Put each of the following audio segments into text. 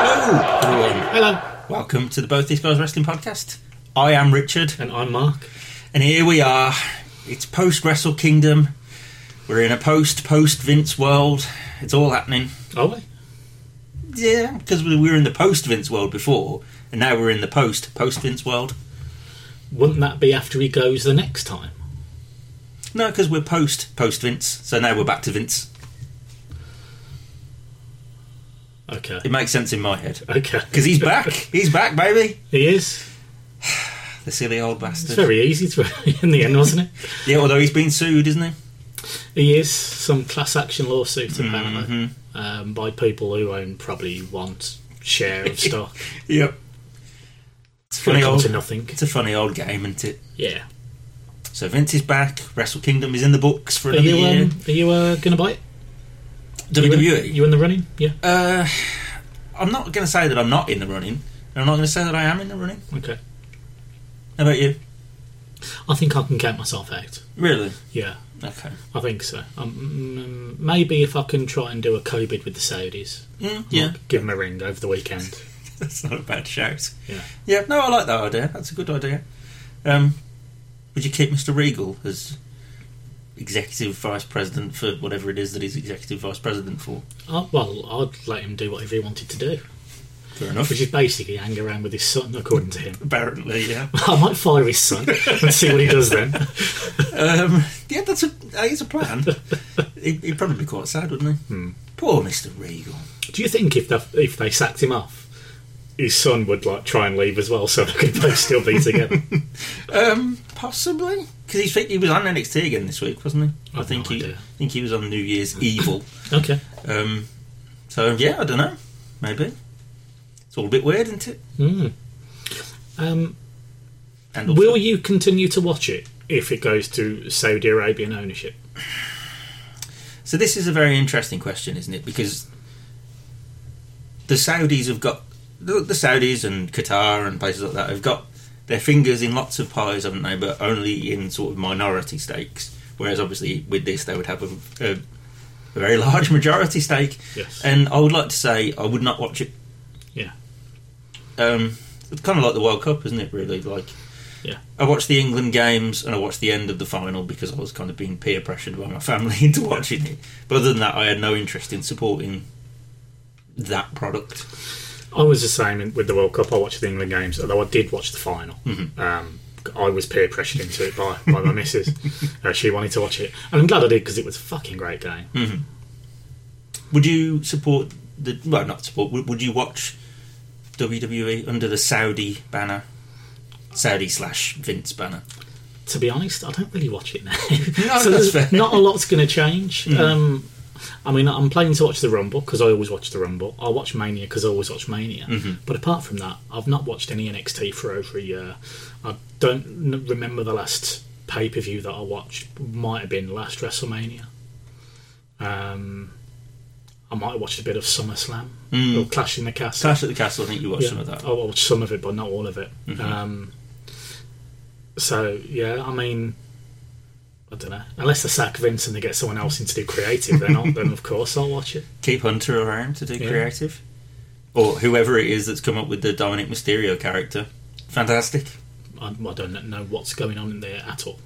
Hello, everyone. Hello. Welcome to the Both These Guys Wrestling Podcast. I am Richard, And I'm Mark. and here we are. It's post Wrestle Kingdom. We're in a post post Vince world. It's all happening. Are we? Yeah, because we were in the post Vince world before, and now we're in the post post Vince world. Wouldn't that be after he goes the next time? No, because we're post post Vince, so now we're back to Vince. Okay. It makes sense in my head. Okay. Because he's back. He's back, baby. He is. The silly old It's bastard. very easy to in the end, wasn't it? Yeah, although he's been sued, isn't he? He is some class action lawsuit Mm-hmm. apparently um, by people who own probably one share of stock. Yep. It's When funny it comes to old. nothing. It's a funny old game, isn't it? Yeah. So Vince is back. Wrestle Kingdom is in the books for Are another you year. E. um, are you uh, gonna buy it? You in- WWE. You in the running? Yeah. uh, I'm not going to say that I'm not in the running. and I'm not going to say that I am in the running. Okay. How about you? I think I can count myself out. Really? Yeah. Okay. I think so. Um, mm, maybe if I can try and do a COVID with the Saudis. Mm, yeah. Like, give them a ring over the weekend. That's not a bad shout. Yeah. Yeah. No, I like that idea. That's a good idea. Um, would you keep Mr. Regal as executive vice president for whatever it is that he's executive vice president for? I, well, I'd let him do whatever he wanted to do, Fair enough. which is basically hang around with his son, according to him. Apparently, yeah. I might fire his son and see what he does then. Um, yeah, that's a that is a plan. he'd, he'd probably be quite sad, wouldn't he? Hmm. Poor Mister Regal. Do you think if they, if they sacked him off, his son would like try and leave as well, so they could both still be together? Um, possibly because he he was on NXT again this week, wasn't he? I, I've think no he idea. I think he was on New Year's Evil. okay. Um, so yeah, I don't know. Maybe it's all a bit weird, isn't it? Mm. Um, And also, will you continue to watch it if it goes to Saudi Arabian ownership? so this is a very interesting question, isn't it? Because the Saudis have got the, the Saudis and Qatar and places like that have got their fingers in lots of pies, haven't they? But only in sort of minority stakes. Whereas obviously with this, they would have a, a, a very large majority stake. Yes. And I would like to say I would not watch it. Yeah. Um, it's kind of like the World Cup, isn't it? Really, like. Yeah. I watched the England games and I watched the end of the final because I was kind of being peer pressured by my family into watching it. But other than that, I had no interest in supporting that product. I was the same in- with the World Cup. I watched the England games, although I did watch the final. Um, I was peer pressured into it by, by my missus. Uh, she wanted to watch it, and I'm glad I did because it was a fucking great game. Would you support the? Well, not support. Would, would you watch WWE under the Saudi banner? Saudi slash Vince banner. To be honest, I don't really watch it now. No, that's there's fair. Mm. Not a lot's going to change. Um, I mean, I'm planning to watch the Rumble because I always watch the Rumble. I watch Mania because I always watch Mania. Mm-hmm. But apart from that, I've not watched any NXT for over a year. I don't n- remember the last pay per view that I watched. Might have been last WrestleMania. Um, I might have watched a bit of SummerSlam Mm. or Clash in the Castle. Clash at the Castle. I think you watched Yeah, some of that. Mm-hmm. I watched some of it, but not all of it. Um, so yeah, I mean, I don't know. Unless they sack Vince and they get someone else in to do creative, then I'll, then of course I'll watch it. Keep Hunter around to do Yeah. creative, or whoever it is that's come up with the Dominic Mysterio character. Fantastic. I, I don't know what's going on in there at all.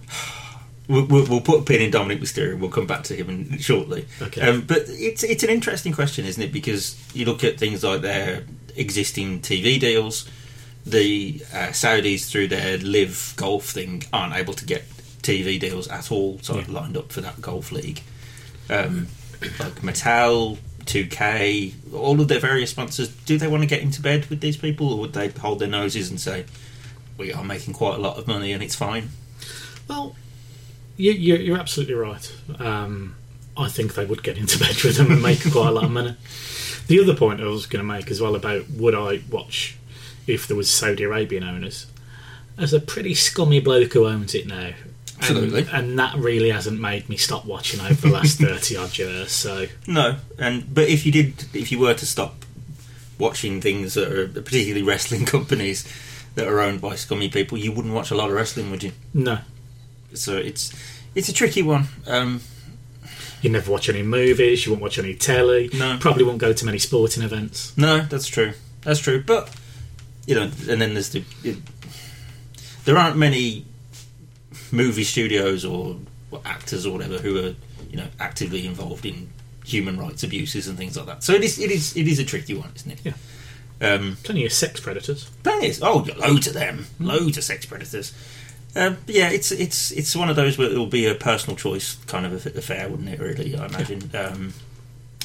We'll, we'll, we'll put a pin in Dominic Mysterio. We'll come back to him in, shortly. Okay. Um, but it's it's an interesting question, isn't it? Because you look at things like their existing TV deals. The uh, Saudis, through their live golf thing, aren't able to get TV deals at all. So I've lined up for that golf league. Um, like Mattel, 2K, all of their various sponsors. Do they want to get into bed with these people, or would they hold their noses and say, "We are making quite a lot of money, and it's fine"? Well, you, you, you're absolutely right. Um, I think they would get into bed with them and make quite a lot of money. The other point I was going to make as well about would I watch if there was Saudi Arabian owners? There's a pretty scummy bloke who owns it now. And- Absolutely. And, that really hasn't made me stop watching over the last 30 odd years. So, No, and but if you did, if you were to stop watching things that are particularly wrestling companies that are owned by scummy people, you wouldn't watch a lot of wrestling, would you? no. So it's it's a tricky one. Um, You never watch any movies, you won't watch any telly, No. probably won't go to many sporting events. no, that's true. that's true. But you know, and then there's the it, there aren't many movie studios or, or actors or whatever who are you know actively involved in human rights abuses and things like that. So it is it is it is a tricky one, isn't it? Yeah. Um, Plenty of sex predators. plenty. Of, oh, loads of them. Loads of sex predators. Um, but yeah, it's it's it's one of those where it'll be a personal choice kind of aff- affair, wouldn't it? Really, I imagine. Um,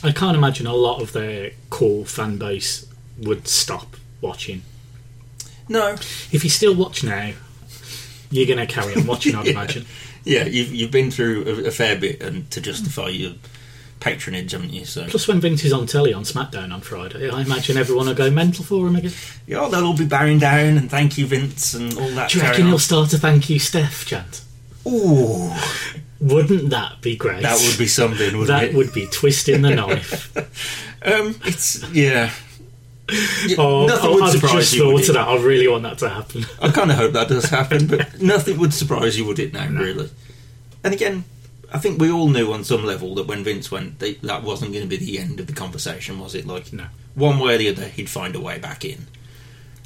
I can't imagine a lot of their core fan base would stop watching. no, If you still watch now, you're going to carry on watching, I'd Yeah. imagine. yeah, you've you've been through a, a fair bit, and to justify your patronage, haven't you? So Plus, when Vince is on telly on SmackDown on Friday, I imagine everyone will go mental for him again. yeah, oh, they'll all be bowing down and thank you, Vince, and all that. Do you carry reckon on. he'll start a thank you, Steph chant? Ooh, Wouldn't that be great? that would be something, wouldn't That it? would be twisting the knife. Um, it's yeah. Yeah, Oh, nothing oh, would I've surprise just you. thought would of it? that. I really want that to happen. I kind of hope that does happen, but nothing would surprise you, would it? Now, really. And again, I think we all knew on some level that when Vince went, they, that wasn't going to be the end of the conversation, was it? Like, No. one way or the other, he'd find a way back in.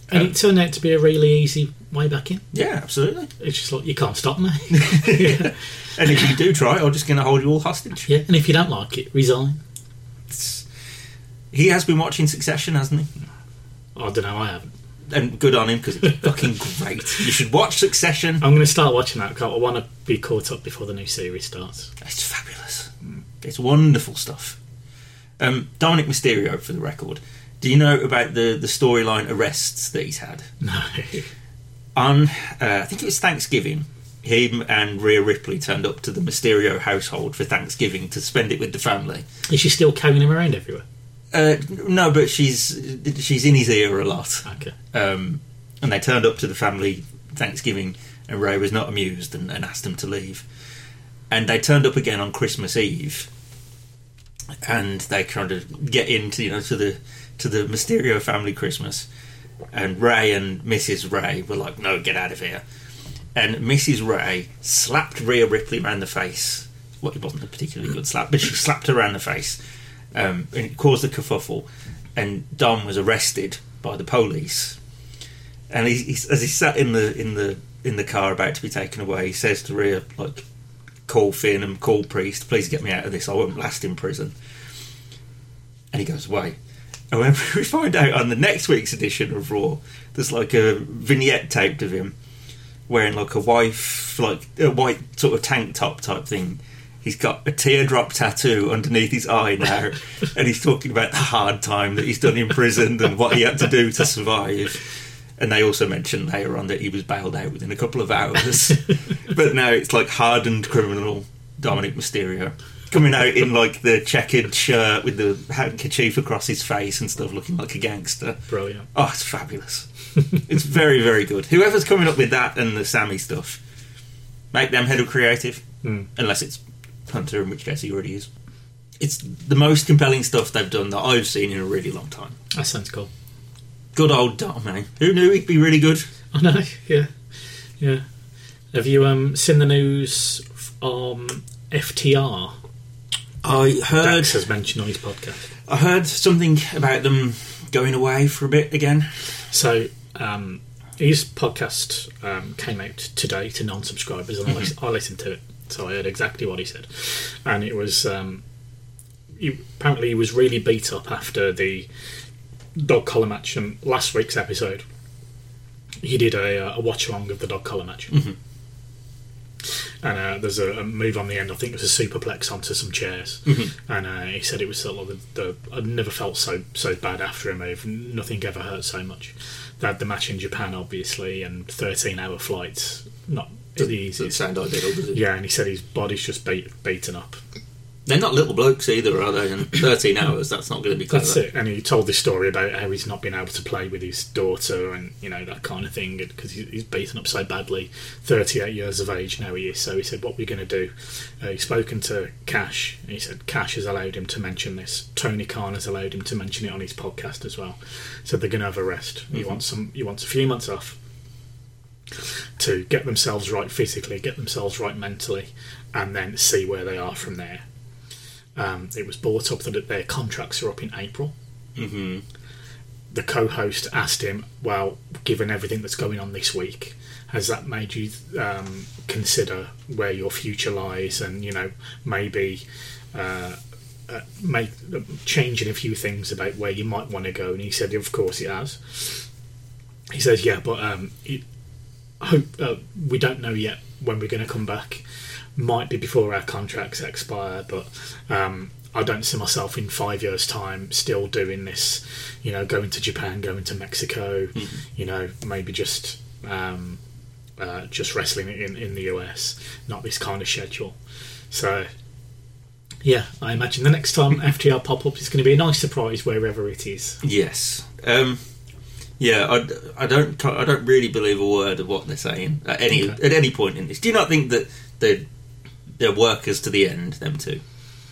And Um, it turned out to be a really easy way back in. Yeah, absolutely. It's just like, you can't stop me. And if you do try, it, I'm just going to hold you all hostage. yeah, and if you don't like it, resign. It's- he has been watching Succession, hasn't he? I don't know, I haven't. And good on him because it's fucking great. You should watch Succession. I'm going to start watching that 'cause I want to be caught up before the new series starts. It's fabulous. It's wonderful stuff. Um, Dominic Mysterio, for the record, do you know about the, the storyline arrests that he's had? No. On, uh, I think it was Thanksgiving, him and Rhea Ripley turned up to the Mysterio household for Thanksgiving to spend it with the family. Is she still carrying him around everywhere? Uh, no, but she's she's in his ear a lot. Okay. Um, and they turned up to the family Thanksgiving, and Ray was not amused and, and asked them to leave. And they turned up again on Christmas Eve, and they kind of get into you know to the to the Mysterio family Christmas, and Ray and Mrs. Ray were like, "No, get out of here." And Mrs. Ray slapped Rhea Ripley around the face. Well, it wasn't a particularly good slap, but she slapped her around the face, um, and it caused a kerfuffle. And Don was arrested by the police and he, he as he sat in the in the in the car about to be taken away, he says to Rhea, like, "Call Finn and call Priest, please get me out of this. I won't last in prison." And he goes away. And when we find out on the next week's edition of Raw, there's like a vignette taped of him wearing like a wife, like a white sort of tank top type thing. He's got a teardrop tattoo underneath his eye now, and he's talking about the hard time that he's done in prison and what he had to do to survive. And they also mentioned later on that he was bailed out within a couple of hours. but now it's like hardened criminal Dominic Mysterio coming out in like the checkered shirt with the handkerchief across his face and stuff, looking like a gangster. Brilliant. Oh, it's fabulous. it's very, very good. Whoever's coming up with that and the Sammy stuff, make them head of creative. Mm. Unless it's Hunter, in which case he already is. It's the most compelling stuff they've done that I've seen in a really long time. That sounds cool. Good old Dom, man. Who knew he'd be really good? I know, yeah. Yeah. Have you um, seen the news f- on FTR? I heard Dax has mentioned on his podcast. I heard something about them going away for a bit again. So, um, his podcast um, came out today to non subscribers, and I, lis- I listened to it. So I heard exactly what he said. And it was. Um, he, apparently, he was really beat up after the dog collar match and last week's episode. He did a, uh, a watch along of the dog collar match. And uh, there's a, a move on the end. I think it was a superplex onto some chairs. And uh, he said it was sort of like the, the I'd never felt so so bad after a move. Nothing ever hurt so much. They had the match in Japan, obviously, and 13 hour flights. Not the Doesn't easiest. sound ideal, does it? Yeah, and he said his body's just beat, beaten up. They're not little blokes either, are they? And 13 hours, that's not going to be clever. That's it. And he told this story about how he's not been able to play with his daughter and, you know, that kind of thing because he's beaten up so badly. 38 years of age now he is. So he said, What we're going to do? Uh, he's spoken to Cash. And he said, Cash has allowed him to mention this. Tony Khan has allowed him to mention it on his podcast as well. So they're going to have a rest. He, wants some, he wants a few months off to get themselves right physically, get themselves right mentally, and then see where they are from there. Um, it was brought up that their contracts are up in April. the co-host asked him, "Well, given everything that's going on this week, has that made you um, consider where your future lies, and you know maybe uh, uh, make changing a few things about where you might want to go?" And he said, "Of course it has." He says, "Yeah, but um, it, hope uh, we don't know yet when we're going to come back. Might be before our contracts expire, but." Um, I don't see myself in five years' time still doing this, you know, going to Japan, going to Mexico, Mm-hmm. you know, maybe just um, uh, just wrestling in, in the US, not this kind of schedule. So, yeah, I imagine the next time FTR pop up is going to be a nice surprise wherever it is. Yes. Um, yeah, I, I don't I don't really believe a word of what they're saying at any Okay. at any point in this. Do you not think that they're, they're workers to the end, them two,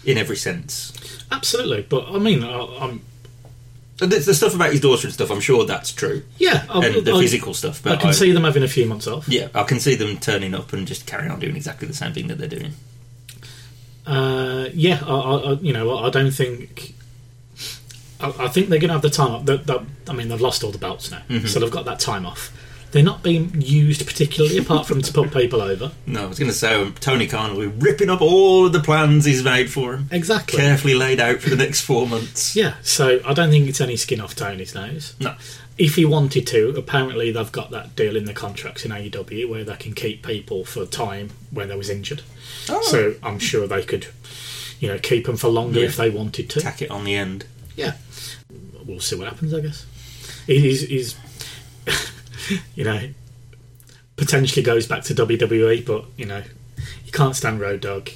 in every sense? Absolutely, but I mean, I, I'm The, the stuff about his daughter and stuff, I'm sure that's true, yeah, I, and the I- physical stuff. I But can see them having a few months off. yeah, I can see them turning up and just carrying on doing exactly the same thing that they're doing. Uh, yeah, I, I, I- you know, I I don't think. I, I think they're going to have the time off. That, that, I mean, they've lost all the belts now, Mm-hmm. so they've got that time off. They're not being used particularly, apart from to put people over. No, I was going to say um, Tony Khan will be ripping up all of the plans he's made for him, Exactly. carefully laid out for the next four months. Yeah, so I don't think it's any skin off Tony's nose. No, If he wanted to, apparently they've got that deal in the contracts in AEW where they can keep people for time when they was injured. Oh. So I'm sure they could, you know, keep them for longer Yeah. if they wanted to. tack it on the end. yeah, we'll see what happens. I guess he's, he's you know, potentially goes back to WWE, but you know, you can't stand Road Dog,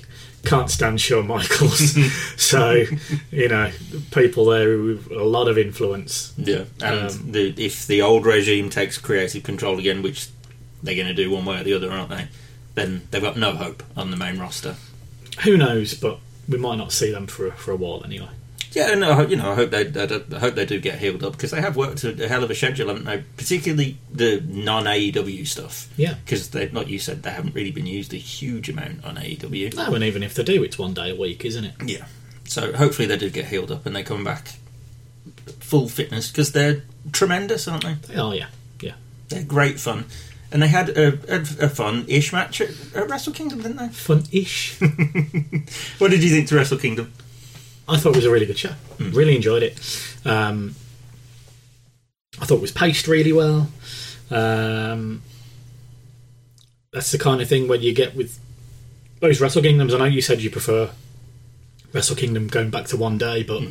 can't stand Shawn Michaels, so you know, people there with a lot of influence. Yeah, and Um, the, if the old regime takes creative control again, which they're going to do one way or the other, aren't they? Then they've got no hope on the main roster. Who knows? But we might not see them for for a while anyway. Yeah, no, I hope- you know, I hope they, I do- I hope they do get healed up because they have worked a, a hell of a schedule, haven't they? Particularly the non AEW stuff. Yeah. because they, like you said, they haven't really been used a huge amount on E AEW. No, and even if they do, it's one day a week, isn't it? Yeah. So hopefully they do get healed up and they come back full fitness because they're tremendous, aren't they? They are, yeah, yeah. They're great fun. And they had a, a, a fun ish match at, at Wrestle Kingdom, didn't they? Fun-ish. What did you think to Wrestle Kingdom? I thought it was a really good show. Really enjoyed it. Um, I thought it was paced really well. Um, that's the kind of thing when you get with those Wrestle Kingdoms. I know you said you prefer Wrestle Kingdom going back to one day, but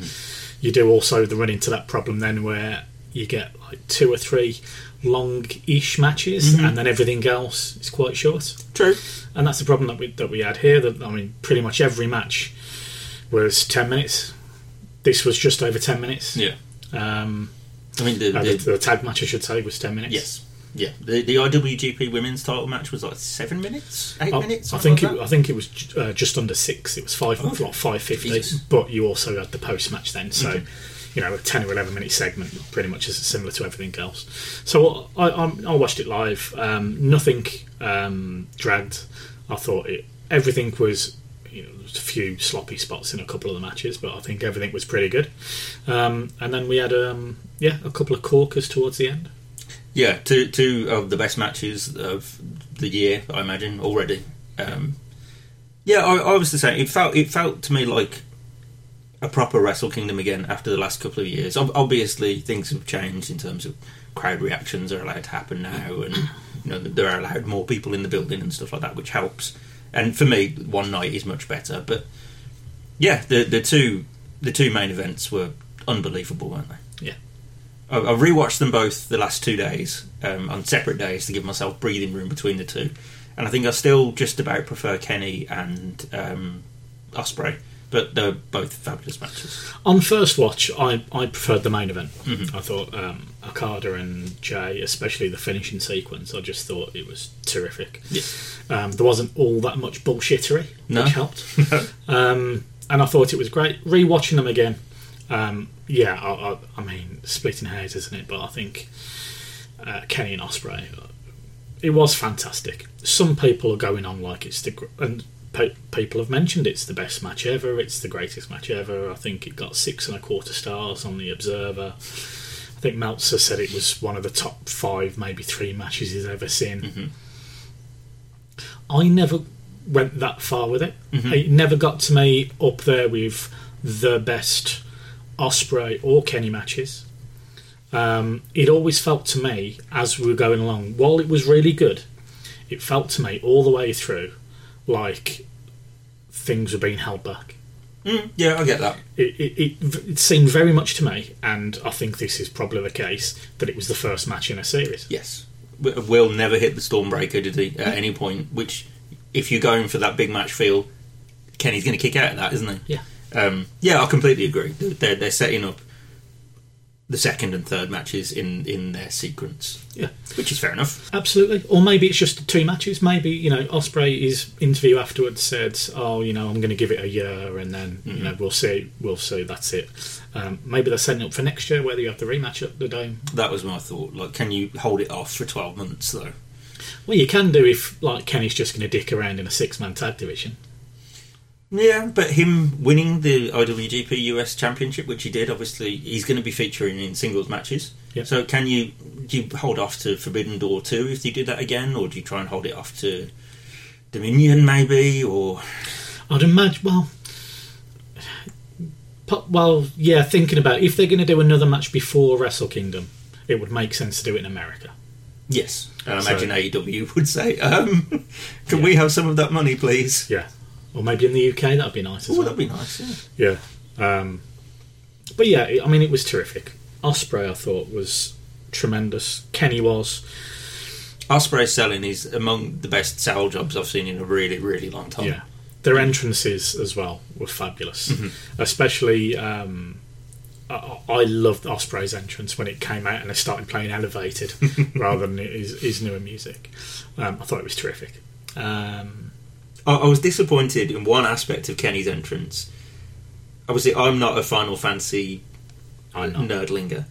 you do also the run into that problem then where you get like two or three long-ish matches, and then everything else is quite short True. and that's the problem that we that we had here. That I mean, pretty much every match was ten minutes. This was just over ten minutes. Yeah. Um, I mean, the, uh, the, the, the tag match, I should say, was ten minutes. yes, yeah. The, the IWGP Women's Title match was like seven minutes, eight I, minutes. I something think like it, that. I think it was ju- uh, just under six. It was five, Okay. like five fifty. Jesus. But you also had the post match then, so you know a ten or eleven minute segment, pretty much is similar to everything else. So I, I, I watched it live. Um, nothing um, dragged. I thought it. Everything was. You know, there was a few sloppy spots in a couple of the matches, but I think everything was pretty good. Um, and then we had, um, yeah, a couple of corkers towards the end. Yeah, two two of the best matches of the year, I imagine already. Um, yeah, I, I was the same. It felt it felt to me like a proper Wrestle Kingdom again after the last couple of years. Ob- Obviously, things have changed in terms of crowd reactions are allowed to happen now, and you know there are allowed more people in the building and stuff like that, which helps. And for me, one night is much better. But yeah, the the two the two main events were unbelievable, weren't they? Yeah. I- I've rewatched them both the last two days um, on separate days to give myself breathing room between the two, and I think I still just about prefer Kenny and um, Osprey, but they're both fabulous matches. On first watch, I, I preferred the main event. I thought um, Okada and Jay, especially the finishing sequence, I just thought it was terrific. Um, there wasn't all that much bullshittery, No. which helped. um, and I thought it was great. Rewatching them again, um, yeah, I, I, I mean, splitting hairs, isn't it? But I think uh, Kenny and Osprey, it was fantastic. Some people are going on like it's the gr- and pe- people have mentioned it's the best match ever. It's the greatest match ever. I think it got six and a quarter stars on the Observer. I I think Meltzer said it was one of the top five, maybe three matches he's ever seen. I never went that far with it. It never got to me up there with the best Osprey or Kenny matches. Um, it always felt to me as we were going along, while it was really good, it felt to me all the way through like things were being held back Yeah, I get that. it, it, it, it seemed very much to me, and I think this is probably the case, that it was the first match in a series. Yes. W- Will never hit the Stormbreaker, did he, at any point? Which, if you're going for that big match feel, Kenny's going to kick out of that, isn't he? Yeah. Um, yeah, I completely agree. They're, they're setting up the second and third matches in, in their sequence, Yeah. which is fair enough. Absolutely. Or maybe it's just two matches. Maybe, you know, Osprey his interview afterwards said, Oh, you know, I'm gonna give it a year and then, you know, we'll see we'll see, that's it. Um, maybe they're setting up for next year whether you have the rematch at the dome. That was my thought. Like, can you hold it off for 12 months, though? Well you can do if like Kenny's just gonna dick around in a six man tag division. Yeah, but him winning the IWGP US Championship, which he did, obviously he's going to be featuring in singles matches. Yep. So can you do you hold off to Forbidden Door two if they do that again, or do you try and hold it off to Dominion maybe, or I'd imagine. Well, po- well, yeah. Thinking about it, if they're going to do another match before Wrestle Kingdom, it would make sense to do it in America. yes? And I So- imagine AEW would say, um, "Can we have some of that money, please?" Yeah, or maybe in the UK. That'd be nice as Oh, well. that'd be nice. Yeah. Yeah. Um, but yeah, it- I mean, it was terrific. Osprey, I thought, was tremendous. Kenny was. Osprey selling is among the best sell jobs I've seen in a really, really long time. Yeah. Their entrances as well were fabulous, Mm-hmm. especially. Um, I I loved Osprey's entrance when it came out and they started playing Elevated rather than his, his newer music. Um, I thought it was terrific. Um, I, I was disappointed in one aspect of Kenny's entrance. Obviously, I'm not a Final Fantasy I know. nerdlinger,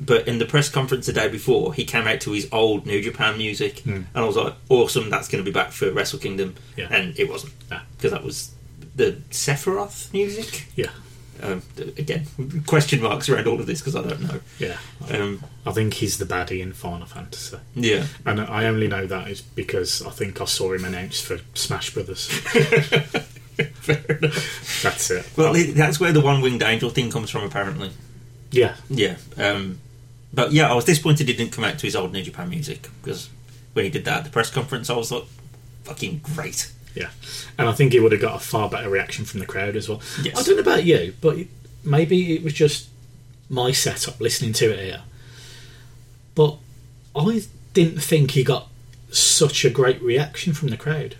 but in the press conference the day before, he came out to his old New Japan music, and I was like, "Awesome, that's going to be back for Wrestle Kingdom," Yeah. and it wasn't No. because that was the Sephiroth music. Yeah, Um, again, question marks around all of this because I don't know. yeah. Um, I think he's the baddie in Final Fantasy. yeah, And I only know that is because I think I saw him announced for Smash Brothers. fair enough. That's it. Well, that's where the one-winged angel thing comes from, apparently. yeah, Yeah, um, but yeah, I was disappointed he didn't come out to his old New Japan music because when he did that at the press conference, I was like, "Fucking great!" Yeah, and I think it would have got a far better reaction from the crowd as well. Yes. I don't know about you, but it- maybe it was just my setup listening to it here. But I didn't think he got such a great reaction from the crowd.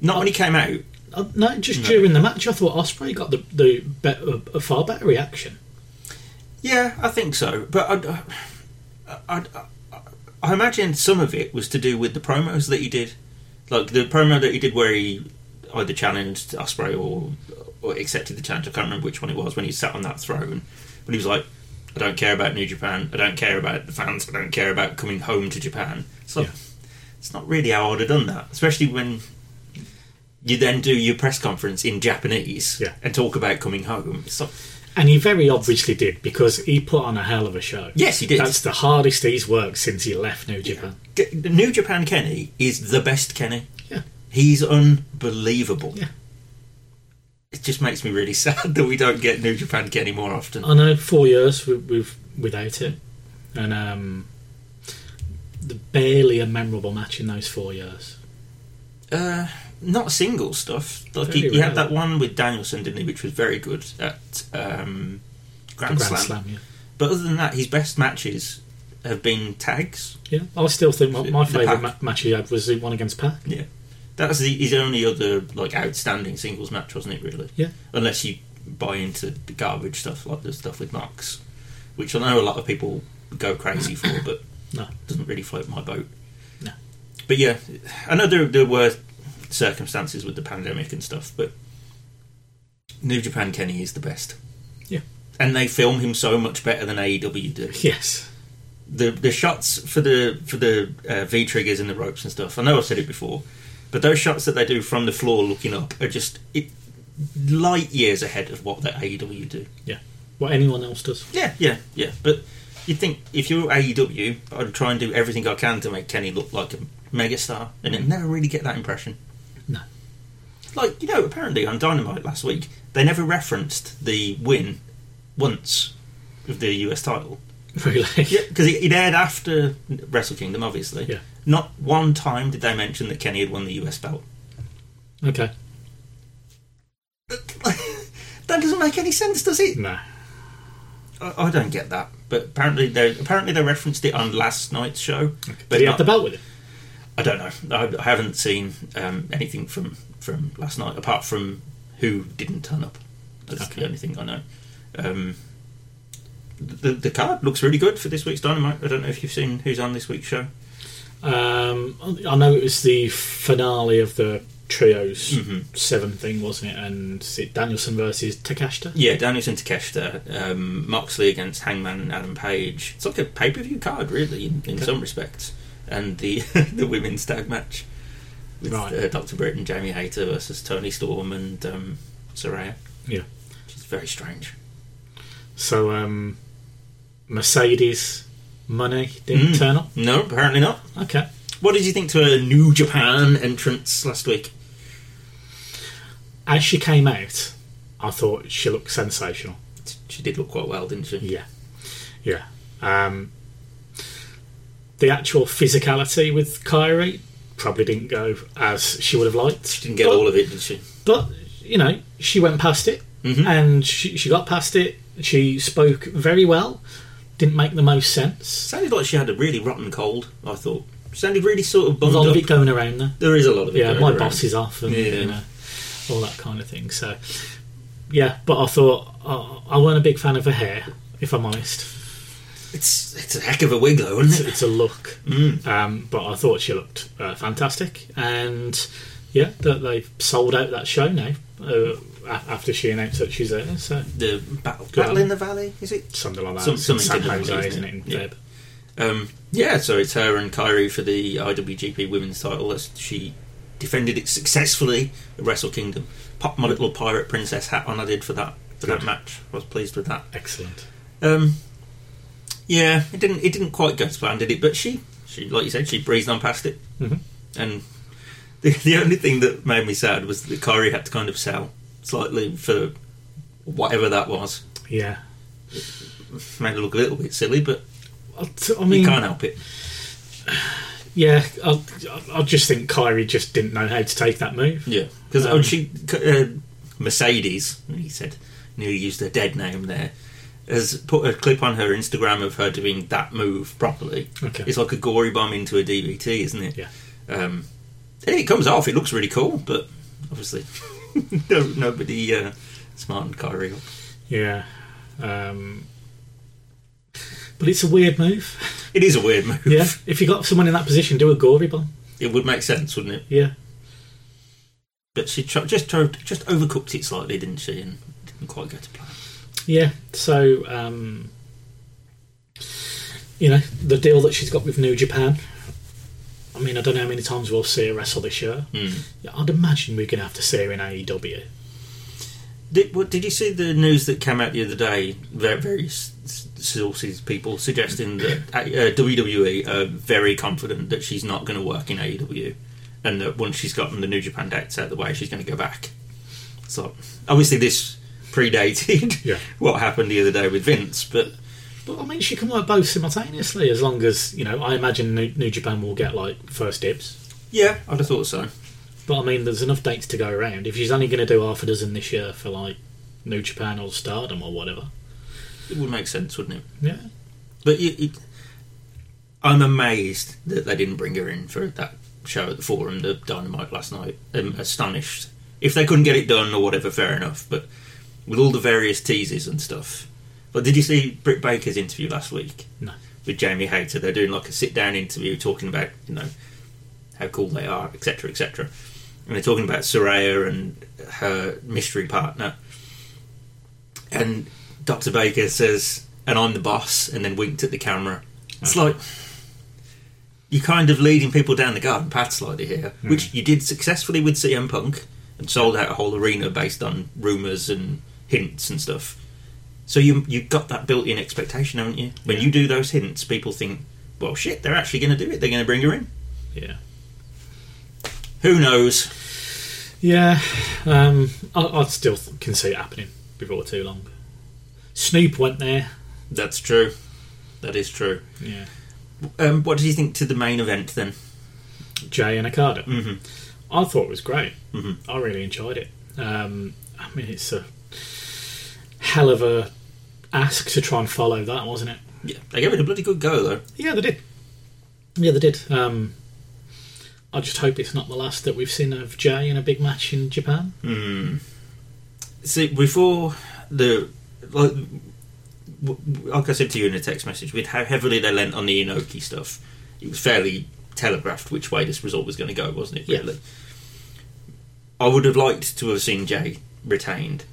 Not when he came out. I, no, just during the match, I thought Osprey got the the bet a far better reaction. Yeah, I think so, but I, I, I, uh, I imagine some of it was to do with the promos that he did, like the promo that he did where he either challenged Osprey or or accepted the challenge. I can't remember which one it was when he sat on that throne, but he was like. I don't care about New Japan. I don't care about the fans. I don't care about coming home to Japan. It's like, Yeah. it's not really how I'd have done that, especially when you then do your press conference in Japanese Yeah. and talk about coming home. It's like, And he very obviously did because he put on a hell of a show. Yes, he did. That's the hardest he's worked since he left New Japan. G- New Japan Kenny is the best Kenny. Yeah. He's unbelievable. Yeah. It just makes me really sad that we don't get New Japan Kenny more often. I know four years with, with without it, and um, the barely a memorable match in those four years. Uh, not single stuff. Like Very he, he had rarely. that one with Danielson, didn't he, which was very good at um, Grand, Grand Slam. Slam, yeah. But other than that, his best matches have been tags. Yeah, I still think my, my The favourite ma- Pac. match he had was the one against Pac. Yeah, that's the, his only other like outstanding singles match, wasn't it? Really. Yeah. Unless you buy into the garbage stuff like the stuff with Knox, which I know a lot of people go crazy for, but No. doesn't really float my boat. No. But yeah, I know there, there were circumstances with the pandemic and stuff, but New Japan Kenny is the best. Yeah. And they film him so much better than AEW do Yes. the the shots for the for the uh, V triggers and the ropes and stuff. I know I've said it before, but those shots that they do from the floor looking up are just it, light years ahead of what that AEW do. Yeah. What anyone else does. Yeah, yeah, yeah. But You'd think if you're AEW, I'd try and do everything I can to make Kenny look like a megastar, and it never really get that impression. No. Like you know, apparently on Dynamite last week, they never referenced the win once of the US title. Really? Yeah, because it, it aired after Wrestle Kingdom, obviously. Yeah. Not one time did they mention that Kenny had won the US belt. Okay. That doesn't make any sense, does it? No. I, I don't get that. But apparently they apparently they referenced it on last night's show. But he had not- the belt with him. I don't know. I, I haven't seen um, anything from from last night apart from who didn't turn up. That's Okay. the only thing I know. Um, the the card looks really good for this week's Dynamite. I don't know if you've seen who's on this week's show. Um, I know it was the finale of the trios Mhm. seven thing, wasn't it? And is it Danielson versus Takashita. Yeah, Danielson Takeshita, um, Moxley against Hangman and Adam Page. It's like a pay per view card, really, in, in Okay. some respects. And the the women's tag match with Right. uh, Dr. Britt and Jamie Hayter versus Tony Storm and um, Soraya. Yeah. Which is very strange. So um, Mercedes Money didn't Mm. turn up. No, apparently not. Okay. What did you think to a New Japan entrance last week? As she came out, I thought she looked sensational. She did look quite well, didn't she? Yeah, yeah. Um, the actual physicality with Kyrie probably didn't go as she would have liked. She Didn't get all of it, did she? but you know, she went past it, Mhm. and she, she got past it. She spoke very well. Didn't make the most sense. Sounded like she had a really rotten cold, I thought. Sounded really sort of A bummed lot of up. it going around there. There is a lot of it. yeah, going my around. boss is off and Yeah. you know all that kind of thing. So yeah, but I thought uh, I weren't a big fan of her hair, if I'm honest. It's it's a heck of a wig, though, isn't It's, it? it's a look, Mm. um, but I thought she looked uh, fantastic, and yeah, that they sold out that show now uh, a- after she announced that she's there. So The battle, Go battle on. in the valley, is it? something like that. Some- It's in something San to do with Jose, it, isn't it? In isn't it? Yeah. Feb. Um, yeah, so it's her and Kyrie for the IWGP Women's Title. That's, she defended it successfully at Wrestle Kingdom. Popped my little pirate princess hat on. I did for that for that Good. match. I was pleased with that. Excellent. Um, yeah, it didn't it didn't quite go to plan, did it? But she she like you said, she breezed on past it. Mhm. And the, the only thing that made me sad was that Kyrie had to kind of sell slightly for whatever that was. Yeah, Made it look a little bit silly, but I, t- I mean, you can't help it. yeah, I, I I just think Kyrie just didn't know how to take that move. Yeah, because Um, she uh, Mercedes, he said, nearly used her dead name there. Has put a clip on her Instagram of her doing that move properly. Okay. It's like a gory bomb into a DVT, isn't it? Yeah. Um, and it comes off. It looks really cool, but obviously, no, nobody uh, smartened Kyrie up. Yeah. Um, but it's a weird move. It is a weird move. Yeah. if you got someone in that position, do a gory bomb. It would make sense, wouldn't it? Yeah. But she tr- just tro- just overcooked it slightly, didn't she? And didn't quite go to plan. Yeah. So, um, you know, the deal that she's got with New Japan. I mean, I don't know how many times we'll see her wrestle this year. Yeah, I'd imagine we're going to have to see her in E AEW. Did, what, did you see the news that came out the other day? Ver- Various s- sources, people suggesting that uh, WWE are very confident that she's not going to work in AEW, and that once she's gotten the New Japan dates out of the way, she's going to go back. So obviously, this predated Yeah. what happened the other day with Vince, but But I mean, she can work both simultaneously as long as, you know, I imagine New, New Japan will get like first dibs. yeah, I'd have thought so. But I mean, there's enough dates to go around. If she's only going to do half a dozen this year for like New Japan or Stardom or whatever, It would make sense, wouldn't it? yeah, But you, you, I'm amazed that they didn't bring her in for that show at the Forum, the Dynamite last night. I'm astonished. If they couldn't get it done or whatever, fair enough. But with all the various teases and stuff. But did you see Britt Baker's interview last week no, with Jamie Hayter? They're doing like a sit down interview talking about, you know, how cool they are, etc., etc. And they're talking about Soraya and her mystery partner. And Dr. Baker says, and I'm the boss, and then winked at the camera. It's like, you're kind of leading people down the garden path slightly here, which you did successfully with CM Punk and sold out a whole arena based on rumours and hints and stuff. So you you've got that built-in expectation, haven't you? When Yeah. you do those hints, people think, "Well, shit, they're actually going to do it. They're going to bring her in." Yeah. Who knows? Yeah, um, I, I still th- can see it happening before too long. Snoop went there. That's true. That is true. Yeah, Um, what do you think to the main event then? Jay and Akada. Mhm. I thought it was great. Mhm. I really enjoyed it. Um, I mean, it's a hell of a ask to try and follow that, wasn't it? Yeah, they gave it a bloody good go though. Yeah, they did. Yeah, they did. Um, I just hope it's not the last that we've seen of Jay in a big match in Japan. See, before the like, w- w- like I said to you in a text message, with how heavily they lent on the Inoki stuff, it was fairly telegraphed which way this result was going to go, wasn't it? Yeah. Really, I would have liked to have seen Jay retained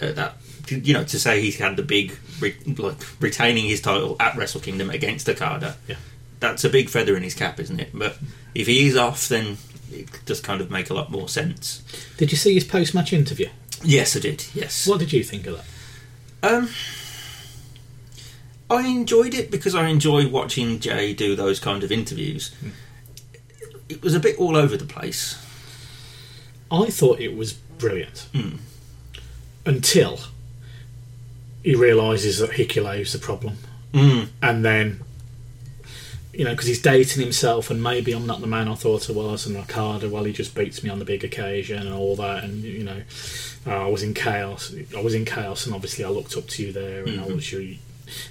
at that. You know, to say he's had the big re- like retaining his title at Wrestle Kingdom against Okada. Yeah. that's a big feather in his cap, isn't it? But if he is off, then it does kind of make a lot more sense. Did you see his post-match interview? Yes, I did. Yes. What did you think of that? Um, I enjoyed it because I enjoy watching Jay do those kind of interviews. Hmm. It was a bit all over the place. I thought it was brilliant Hmm. until he realizes that Hikulew's the problem, Mm. and then you know because he's dating himself, and maybe I'm not the man I thought I was, and Ricardo, well, he just beats me on the big occasion and all that, and you know, uh, I was in chaos. I was in chaos, and obviously I looked up to you there, and Mm-hmm. I was your.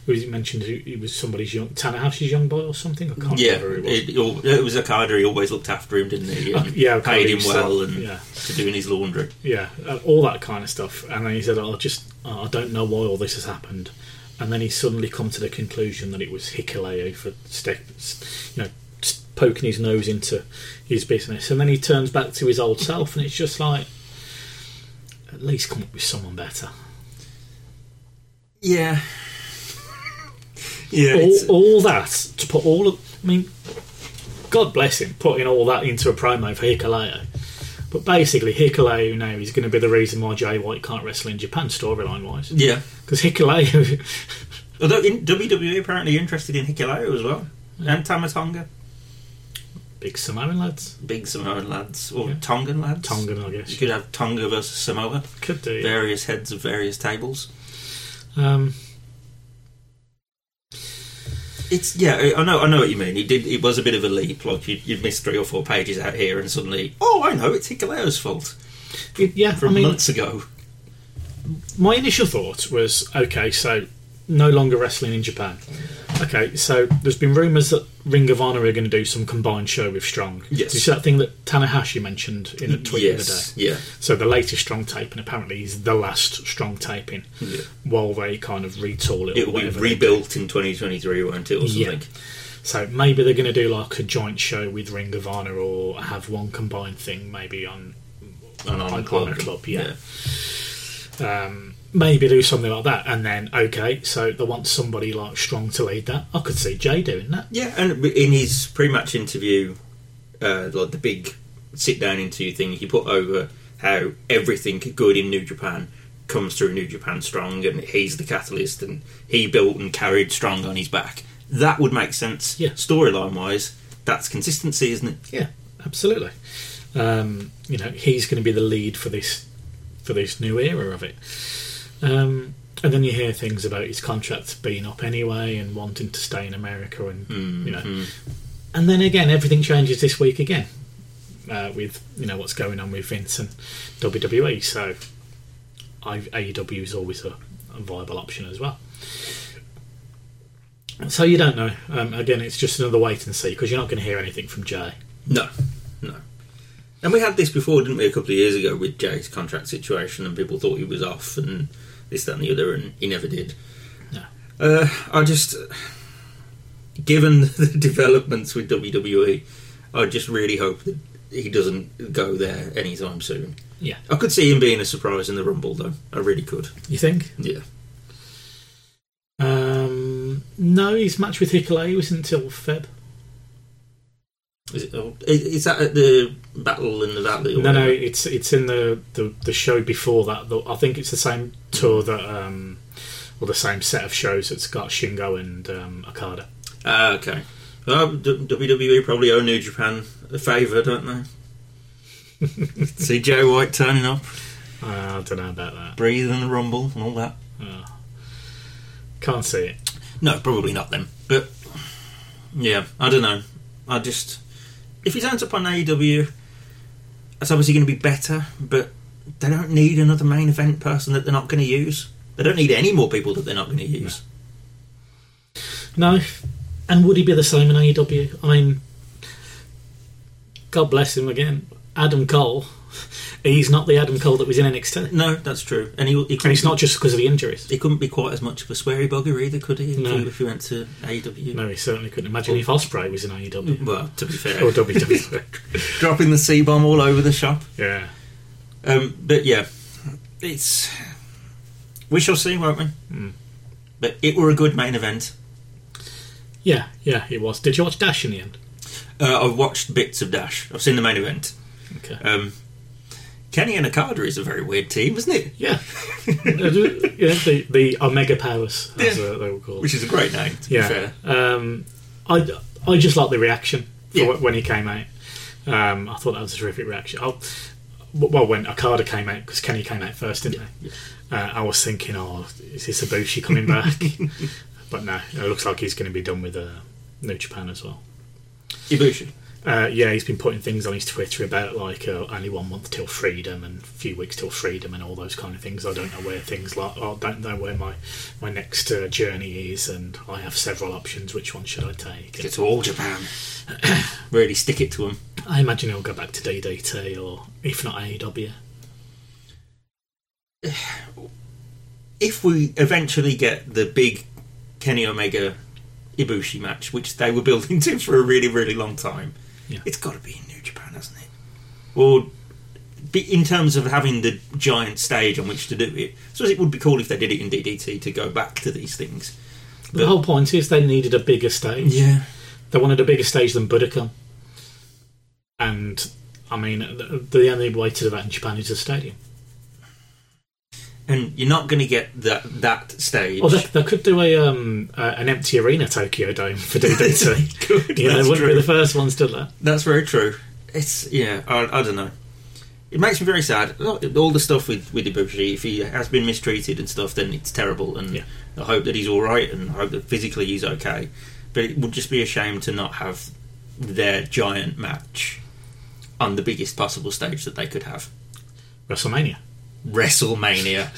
It was mentioned who- it was somebody's young Tanahashi's young boy or something. I can't Yeah, remember who it was. Uh, it, al- it was Okada. He always looked after him, didn't he? And yeah, Okada paid him used to- well and yeah. to doing his laundry. yeah, uh, all that kind of stuff. And then he said, "I just, oh, I don't know why all this has happened." And then he suddenly come to the conclusion that it was Hikuleo for ste- s you know, s- poking his nose into his business. And then he turns back to his old self, and it's just like, at least come up with someone better. Yeah, yeah. all, it's- uh, all that to put all of, I mean, God bless him putting all that into a promo for Hikuleo. But basically, Hikuleo now is going to be the reason why Jay White can't wrestle in Japan storyline wise. yeah. Because Hikuleo Although in WWE apparently interested in Hikuleo as well and Tamatonga, Big Samoan lads. big Samoan lads or Yeah. Tongan lads. Tongan, I guess. You could have Tonga versus Samoa. Could do. yeah. various heads of various tables. Um, It's yeah, I I know, I know what you mean. It did, it was a bit of a leap. Like you, you missed three or four pages out here, and suddenly, oh, I know, it's Hikuleo's fault it- yeah, from I mean, months ago. my initial thought was okay, so no longer wrestling in Japan. Okay, so there's been rumours that Ring of Honor are going to do some combined show with Strong. Yes. Did you see that thing that Tanahashi mentioned in a tweet the other day? Yes, yeah, So the latest Strong taping apparently is the last Strong taping Yeah. while they kind of retool it. it will or be whatever they rebuilt in 2023, won't it, or Yeah. something? So maybe they're going to do like a joint show with Ring of Honor or have one combined thing maybe on And on on the club, Honor Club, yeah. um, maybe do something like that and then okay so they want somebody like strong to lead that I could see Jay doing that yeah, And in his pre-match interview, uh, like the big sit-down interview thing, he put over how everything good in New Japan comes through New Japan Strong, and he's the catalyst, and he built and carried Strong on his back. That would make sense, Yeah. storyline-wise. That's consistency, isn't it? yeah absolutely um, you know he's going to be the lead for this for this new era of it um, and then you hear things about his contract being up anyway and wanting to stay in America and you know and then again everything changes this week again uh, with you know what's going on with Vince and WWE so I, AEW is always a, a viable option as well so you don't know um, again it's just another wait and see because you're not going to hear anything from Jay No, no. And we had this before, didn't we, a couple of years ago with Jay's contract situation, and people thought he was off, and this, that, and the other, and he never did. No. Uh, I just, given the developments with WWE, I just really hope that he doesn't go there anytime soon. Yeah. I could see him being a surprise in the Rumble, though. I really could. You think? Yeah. Um, no, his match with Hikulei was until Feb. Is, it, oh, i- is that at the Battle in the Valley? Or No, no, whatever? it's it's in the, the, the show before that. The, I think it's the same tour that um, or the same set of shows that's got Shingo and um, Okada. Ah, okay. Well, D- WWE probably owe New Japan a favour, don't they? See Joe White turning up, Uh, I don't know about that. breathing and rumble and all that. Can't see it. No, probably not them. But yeah, I don't know. I just if he turns up on AEW, that's obviously going to be better. But they don't need another main event person that they're not going to use. They don't need any more people that they're not going to use. No. And would he be the same in AEW? I mean, God bless him again. Adam Cole, he's not the Adam Cole that was in NXT. No, that's true. And he, he couldn't, And it's not just because of the injuries. He couldn't be quite as much of a sweary bugger either, could he? if No. he- If he went to E AEW. No, he certainly couldn't imagine if Osprey was in E AEW Well, to be or fair, E. WWE. dropping the C bomb all over the shop. yeah. Um, but yeah, it's we shall see, won't we? But it were a good main event. Yeah, yeah, it was. Did you watch Dash in the end? Uh, I've watched bits of Dash. I've seen the main event. Okay. Um, Kenny and Okada is a very weird team, isn't it? Yeah. Uh, yeah the, the Omega Powers, as uh, they were called. Which is a great name, to be Yeah. fair. Um, I, I just like the reaction for Yeah. wh- when he came out. Um, I thought that was a terrific reaction. I, well, when Okada came out, because Kenny came out first, didn't he? Uh, I was thinking, oh, is this Ibushi coming back? but no, it looks like he's going to be done with uh, New Japan as well. Ibushi. Uh, yeah, he's been putting things on his Twitter about like uh, only one month till freedom and a few weeks till freedom and all those kind of things. I don't know where things like I don't know where my my next uh, journey is, and I have several options. Which one should I take? Get to all Japan. really stick it to him. I imagine he'll go back to DDT or if not E AEW. If we eventually get the big Kenny Omega Ibushi match, which they were building to for a really, really long time, Yeah. it's got to be in New Japan, hasn't it? Or be, in terms of having the giant stage on which to do it, so it would be cool if they did it in DDT to go back to these things. The whole point is they needed a bigger stage. Yeah. They wanted a bigger stage than Budokan, and I mean the, the only way to do that in Japan is a stadium. and you're not going to get that that stage. Well, they, they could do a um, uh, an empty arena Tokyo Dome for DDT. Good, Yeah, that's they wouldn't true. be the first ones to that. That's very true. It's yeah, I, I don't know. It makes me very sad. All the stuff with with Ibushi, if he has been mistreated and stuff, then it's terrible. And Yeah. I hope that he's all right, and I hope that physically he's okay. But it would just be a shame to not have their giant match on the biggest possible stage that they could have. WrestleMania. WrestleMania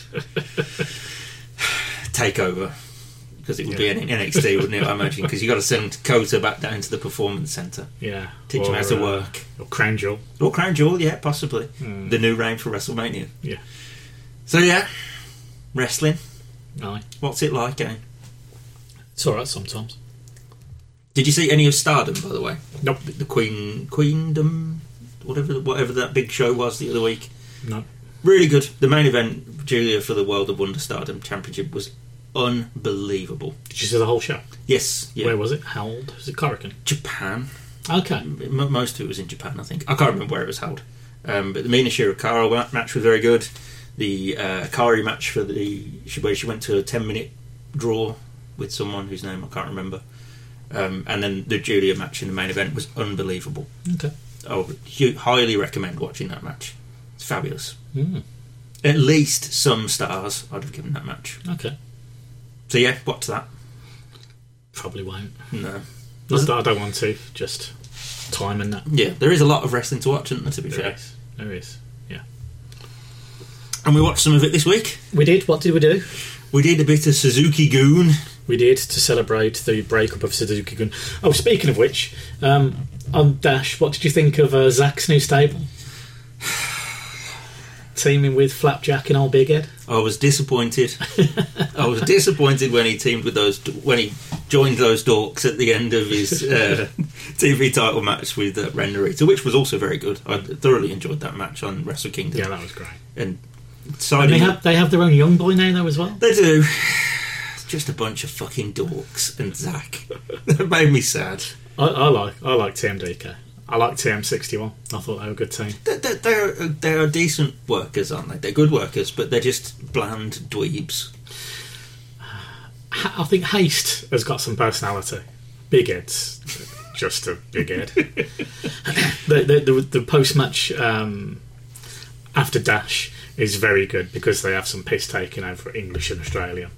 takeover because it would be an NXT, wouldn't it? I imagine because you got to send Kota back down to the performance centre, Yeah. teach him how to uh, work. Or Crown Jewel. Or Crown Jewel, yeah, possibly Mm. the new reign for WrestleMania. Hmm. Yeah. So yeah, wrestling. Aye. What's it like, eh? It's alright sometimes. Did you see any of Stardom, by the way? Nope. The, the Queen, Queendom, whatever, whatever that big show was the other week. No. Really good. The main event, Julia for the World of Wonder Stardom Championship, was unbelievable. Did you see the whole show? Yes, yeah. Where was it? Held? Was it Korakuen? Japan. Okay. M- most of it was in Japan, I think. I can't remember where it was held. Um, but the Mina Shirokara wa- match was very good. The uh, Kari match for the she, where she went to a ten minute draw with someone whose name I can't remember. Um, and then the Julia match in the main event was unbelievable. Okay. I would hu- highly recommend watching that match. It's fabulous. Mm. At least some stars I'd have given that match. Okay. So yeah, watch that. uh, Probably won't. No, Not that I don't want to. Just time and that. yeah, there is a lot of wrestling to watch, isn't there? To be There fair, is. There is. Yeah. and we watched some of it this week. We did. What did we do? We did a bit of Suzuki Goon. We did to celebrate the breakup of Suzuki Gun. Oh, speaking of which, um, on Dash, what did you think of uh, Zach's new stable? Teaming with Flapjack and Old Big Ed. I was disappointed. I was disappointed when he teamed with those when he joined those dorks at the end of his uh, TV title match with uh, Ren Narita, which was also very good. I thoroughly enjoyed that match on Wrestle Kingdom. that was great. And And they signing have they have their own young boy now though as well. they do. It's just a bunch of fucking dorks and Zack. that made me sad. I, I like I like TMDK. I like TM61. I thought they were a good team. They, they, they are they are decent workers, aren't they? They're good workers, but they're just bland dweebs. Ha- I think Haste has got some personality. Big Ed's just a big Ed. the, the, the, the post match um, after Dash is very good because they have some piss taken over English and Australian.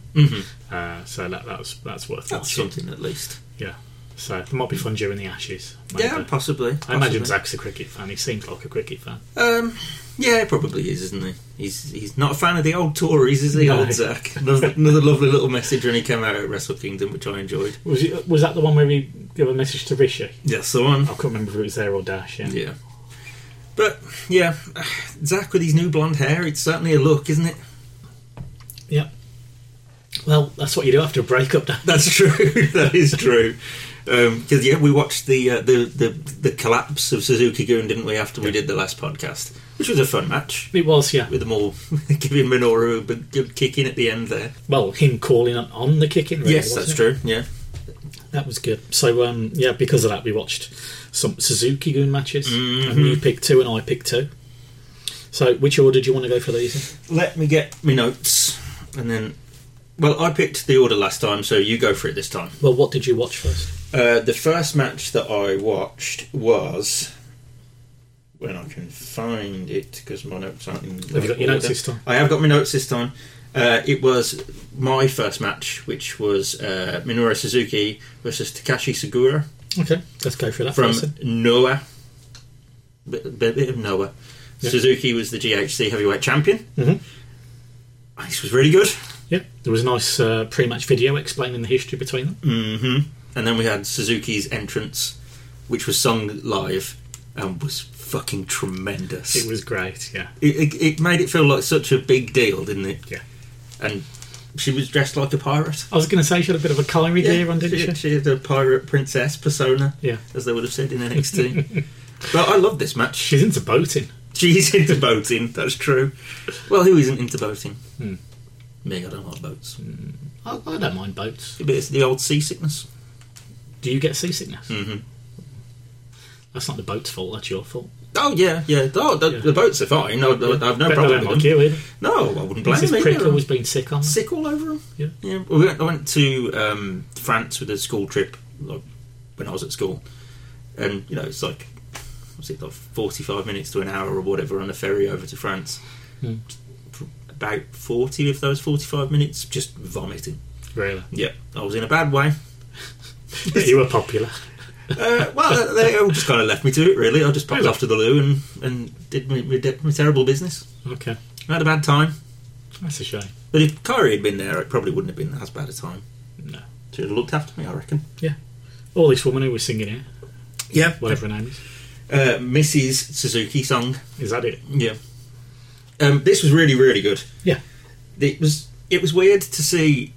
Uh, so that, that's that's worth That's watching. something at least. Yeah. So it might be fun during the Ashes. maybe. Yeah, possibly. I imagine possibly. Zach's a cricket fan. He seems like a cricket fan. Um, yeah, it probably is, isn't he? He's he's not a fan of the old Tories, is he, No. old Zach? Another, another lovely little message when he came out at Wrestle Kingdom, which I enjoyed. Was it, was that the one where we gave a message to Rishi? That's the one. I can't remember if it was there or Dash. Yeah. Yeah. But yeah, Zach with his new blonde hair, it's certainly a look, isn't it? Yeah. Well, that's what you do after a breakup. Dan. That's true. that is true. Because yeah, we watched the, uh, the the the collapse of Suzuki Goon, didn't we? After we did the last podcast, which was a fun match It was, yeah. with them all giving Minoru a big- good kick in at the end there. Well, him calling on- on the kicking. Really, yes, wasn't that's it? true. Yeah. That was good. So, um, yeah, because of that, we watched some Suzuki Goon matches. Mm-hmm. And you picked two, and I picked two. So, which order do you want to go for these? Let me get me notes, and then. Well, I picked the order last time, so you go for it this time. in? Well, what did you watch first? Uh, the first match that I watched was when I can find it because my notes aren't in. Have you got your notes this time? I have got my notes this time. Uh, it was my first match, which was uh, Minoru Suzuki versus Takashi Segura Okay, let's go for that from first. then. Noah. Bit, bit, bit of Noah. Yeah. Suzuki was the GHC heavyweight champion. Mhm. This was really good. Yeah, there was a nice uh, pre-match video explaining the history between them. hmm Mm-hmm. And then we had Suzuki's entrance, which was sung live and was fucking tremendous. It was great. Yeah. It, it, it made it feel like such a big deal, didn't it? Yeah. And she was dressed like a pirate. I was going to say she had a bit of a Kyrie gear on, didn't she, she? she had a pirate princess persona, Yeah. as they would have said in NXT. but I love this match. She's into boating. She's into boating, that's true. Well, who isn't into boating? Hmm. Me, I don't like boats. I, I don't mind boats. But it's the old seasickness. Do you get seasickness? Mm-hmm. That's not the boat's fault. That's your fault. Oh, yeah, yeah. Oh, the, Yeah. the boats are fine. I, I, I've no Bet they problem with don't them. like you either. No, I wouldn't blame Mrs. him. Prick either. always been sick on. them. sick all over him. Yeah. yeah. Well, we went, I went to um, France with a school trip like, when I was at school, and you know it's like what's it like forty-five minutes to an hour or whatever on a ferry over to France. Hmm. For About forty of those forty-five minutes, just vomiting. Really? Yeah, I was in a bad way. you were popular. Uh, well, they all just kind of left me to it. Really, I just popped off to the loo and and did my, my, de- my terrible business. Okay. I had a bad time, That's a shame. but if Kyrie had been there, it probably wouldn't have been as bad a time. No. She'd have looked after me, I reckon. All this woman who was singing here, Yeah, whatever her name is. uh, Mrs. Suzuki song. Is that it? Yeah. Um, this was really, really good. Yeah. It was. It was weird to see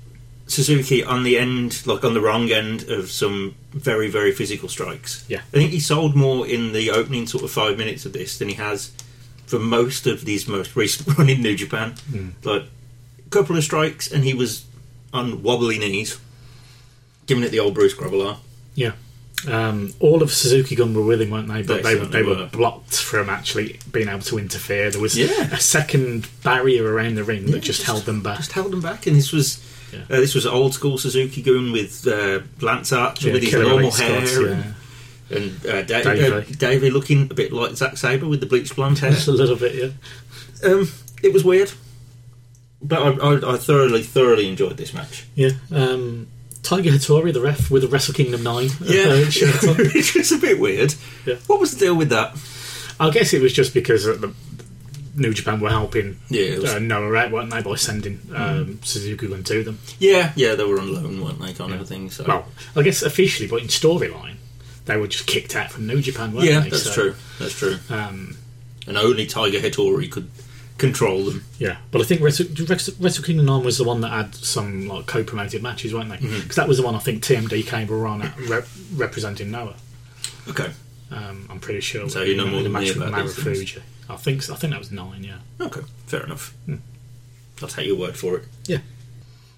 Suzuki on the end, like on the wrong end of some very, very physical strikes. Yeah. I think he sold more in the opening sort of five minutes of this than he has for most of these most recent run in New Japan. Hmm. Like a couple of strikes, and he was on wobbly knees, giving it the old Bruce Grobbelaar. Yeah. Um, all of Suzuki Gun were with him, weren't they? They But they, they, certainly were, were. blocked from actually being able to interfere. There was Yeah. a second barrier around the ring Yeah, that just, held them back. Just held them back, and this was Yeah. uh, this was old school Suzuki Goon with uh, Lance Archer Yeah, with his Killer normal Elite hair, Scots, yeah. and, and uh, da- Davey. uh, Davey looking a bit like Zack Saber with the bleached blonde hair. Just a little bit, yeah. um, it was weird, but I, I, I thoroughly, thoroughly enjoyed this match. Yeah. Um, Tiger Hattori, the ref, with a Wrestle Kingdom 9 uh, shirt on. it was a bit weird. Yeah. What was the deal with that? I guess it was just because uh, the New Japan were helping Yeah, it was- uh, Noah out, weren't they, by sending um, Mm. Suzuki Gun to them. Yeah, yeah, they were on loan, weren't they, kind of a thing. So Well, I guess officially, but in storyline, they were just kicked out from New Japan, weren't yeah, they? that's So, true. That's true. Um, And only Tiger Hattori could control them. yeah, but I think Wrestle Wrestle- Wrestle Kingdom 9 was the one that had some like co-promoted matches, weren't they? Mm-hmm. Because that was the one I think TMDK were on at, re- representing Noah. Okay. Um, I'm pretty sure. So you know more the than me match with about these things. Marufuji. I think so- I think that was nine. Yeah. Okay, fair enough. Hmm. I'll take your word for it. Yeah.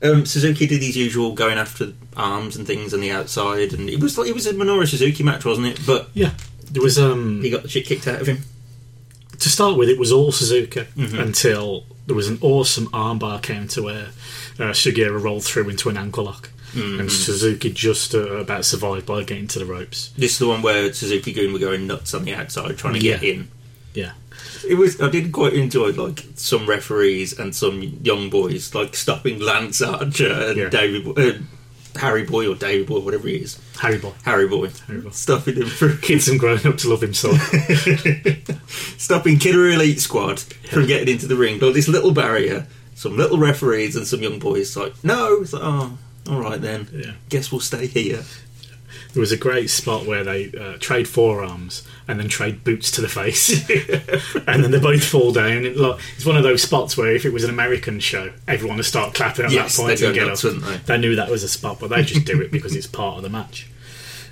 Um, Suzuki did his usual going after arms and things on the outside, and it was like, it was a Minoru Suzuki match, wasn't it? But Yeah. There was um he got the shit kicked out of him. to start with, it was all Suzuka Mm-hmm. until there was an awesome armbar counter where uh, Shigeru rolled through into an ankle lock, Mm-hmm. and Suzuki just uh, about survived by getting to the ropes. This is the one where Suzuki Goon were going nuts on the outside trying to get Yeah. in. Yeah, It was. I did quite enjoy like some referees and some young boys like stopping Lance Archer and Yeah. David Bo- uh, Harry Boy or David Boy, whatever he is, Harry Boy. Harry Boy, Boy. stopping him from Kids and grown ups love him so. stopping Killer Elite Squad from getting into the ring. Like this little barrier, some little referees and some young boys like no, it's like oh, all right then, Yeah. guess we'll stay here. There was a great spot where they uh, trade forearms and then trade boots to the face, and then they both fall down. It, like, it's one of those spots where if it was an American show, everyone would start clapping at Yes, that point they'd go and get nuts, up. wouldn't They knew that was a spot, but they just do it because it's part of the match.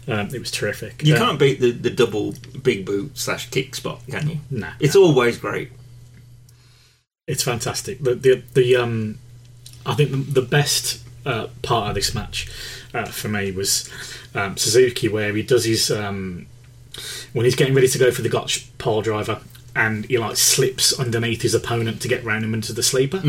Um, it was terrific. You Um, can't beat the, the double big boot slash kick spot, can you? Nah. It's always great. It's fantastic. The the, the um, I think the, the best uh, part of this match uh, for me was um, Suzuki, where he does his um, when he's getting ready to go for the Gotch pole driver, and he like slips underneath his opponent to get round him into the sleeper.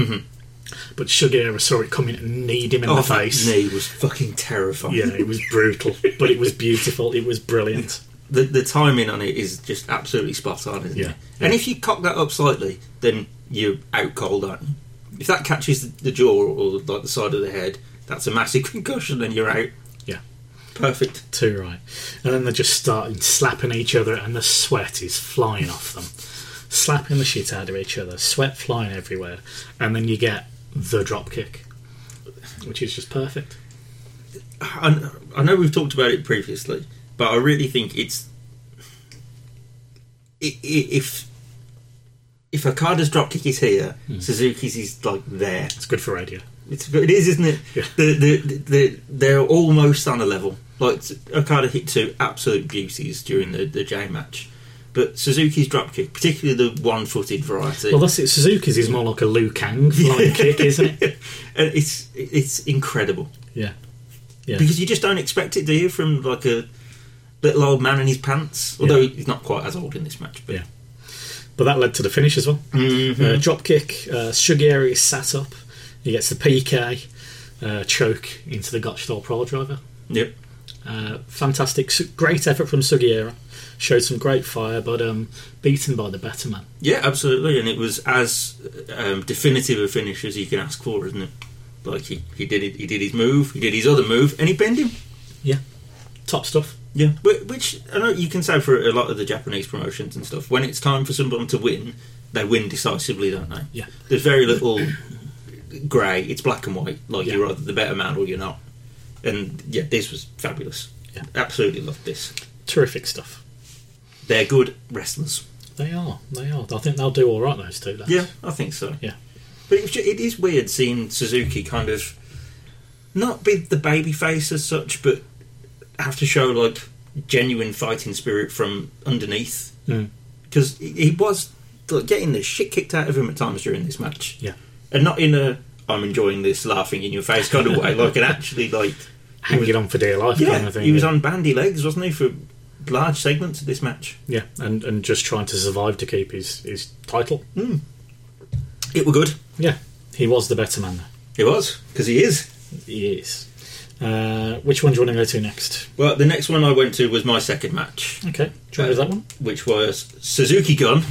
But Sugar saw it coming and kneed him in the Mm-hmm. Oh, that face. knee was fucking terrifying. Yeah, it was brutal, but it was beautiful. It was brilliant. the, the timing on it is just absolutely spot on, isn't Yeah. it? And if you cock that up slightly, then you're out cold, aren't you? If that catches the, the jaw or like the side of the head, that's a massive concussion, and you're out. Yeah. Perfect. Too right. And then they're just starting slapping each other, and the sweat is flying off them. Slapping the shit out of each other, sweat flying everywhere. And then you get the drop kick, which is just perfect. I, I know we've talked about it previously, but I really think it's i- i- if if Okada's dropkick is here, Hmm. Suzuki's is like there. It's good for radio. It's, it is, isn't it? Yeah. The, the, the, they're almost on a level. Like Okada hit two absolute beauties during the, the J match, but Suzuki's dropkick, particularly the one-footed variety, Well, that's it. Suzuki's is more like a Liu Kang flying kick, isn't it? and uh, it's it's incredible Yeah. Yeah. because you just don't expect it, do you? From like a little old man in his pants, although he's not quite as old in this match. But Yeah. But that led to the finish as well. Uh, drop kick. Uh, Sugieri is sat up. He gets the PK uh, choke into the Gotchthor Pro Driver. yep, Uh, fantastic, su- great effort from Sugiera. Showed some great fire, but um, beaten by the better man. yeah, absolutely, and it was as um, definitive a finish as you can ask for, isn't it? Like he, he did it, he did his move, he did his other move, and he pinned him. Yeah, top stuff. Yeah, Wh- which I know you can say for a lot of the Japanese promotions and stuff. When it's time for someone to win, they win decisively, don't they? Yeah. There's very little grey. It's black and white. Like Yeah. you're either the better man or you're not. And yeah, this was fabulous. Yeah. Absolutely loved this. Terrific stuff. They're good wrestlers. They are, they are. I think they'll do all right. Those two. lads. Yeah, I think so. Yeah. But it, was ju- it is weird seeing Suzuki kind of not be the baby face as such, but have to show like genuine fighting spirit from underneath. Mm. because he he was like, getting the shit kicked out of him at times during this match, yeah. and not in a "I'm enjoying this, laughing in your face" kind of way. like, and actually, like, Hanging on for dear life. kind yeah, of thing, he was yeah. on bandy legs, wasn't he, for large segments of this match? Yeah, and and just trying to survive to keep his his title. It were good. Yeah, he was the better man. It was because he is. though. He is. Uh, which one do you want to go to next? Well, the next one I went to was my second match, Okay, do you want to go to that one? which was Suzuki Gun,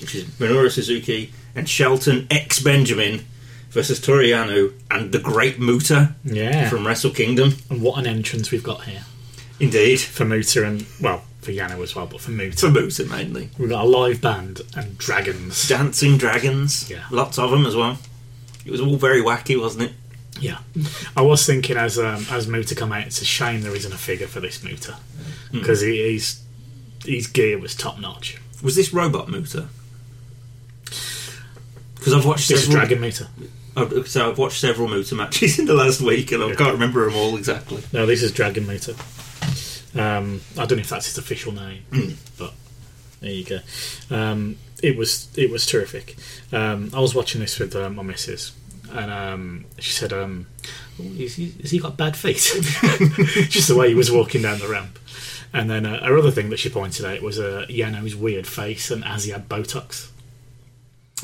which is Minoru Suzuki and Shelton X Benjamin versus Toriano and the Great Muta Yeah. from Wrestle Kingdom. and what an entrance we've got here Indeed, for Muta and well for Yano as well, but for Muta. for Muta mainly. We've got a live band and dragons. dancing dragons. Yeah. Lots of them as well. It was all very wacky, wasn't it? Yeah, I was thinking as um, as Muta come out, it's a shame there isn't a figure for this Muta because he, he's his gear was top notch. Was this robot Muta? Because I've watched This is several. Dragon Muta. I've- So I've watched several Muta matches in the last week, and I Yeah. can't remember them all exactly. No, this is Dragon Muta. Um, I don't know if that's his official name, but there you go. Um, it was it was terrific. Um, I was watching this with uh, my missus, and um, she said, um, "Oh, is he, "Has he got bad feet?" Just the way he was walking down the ramp. And then uh, her other thing that she pointed out was uh, Yano's weird face and as he had Botox.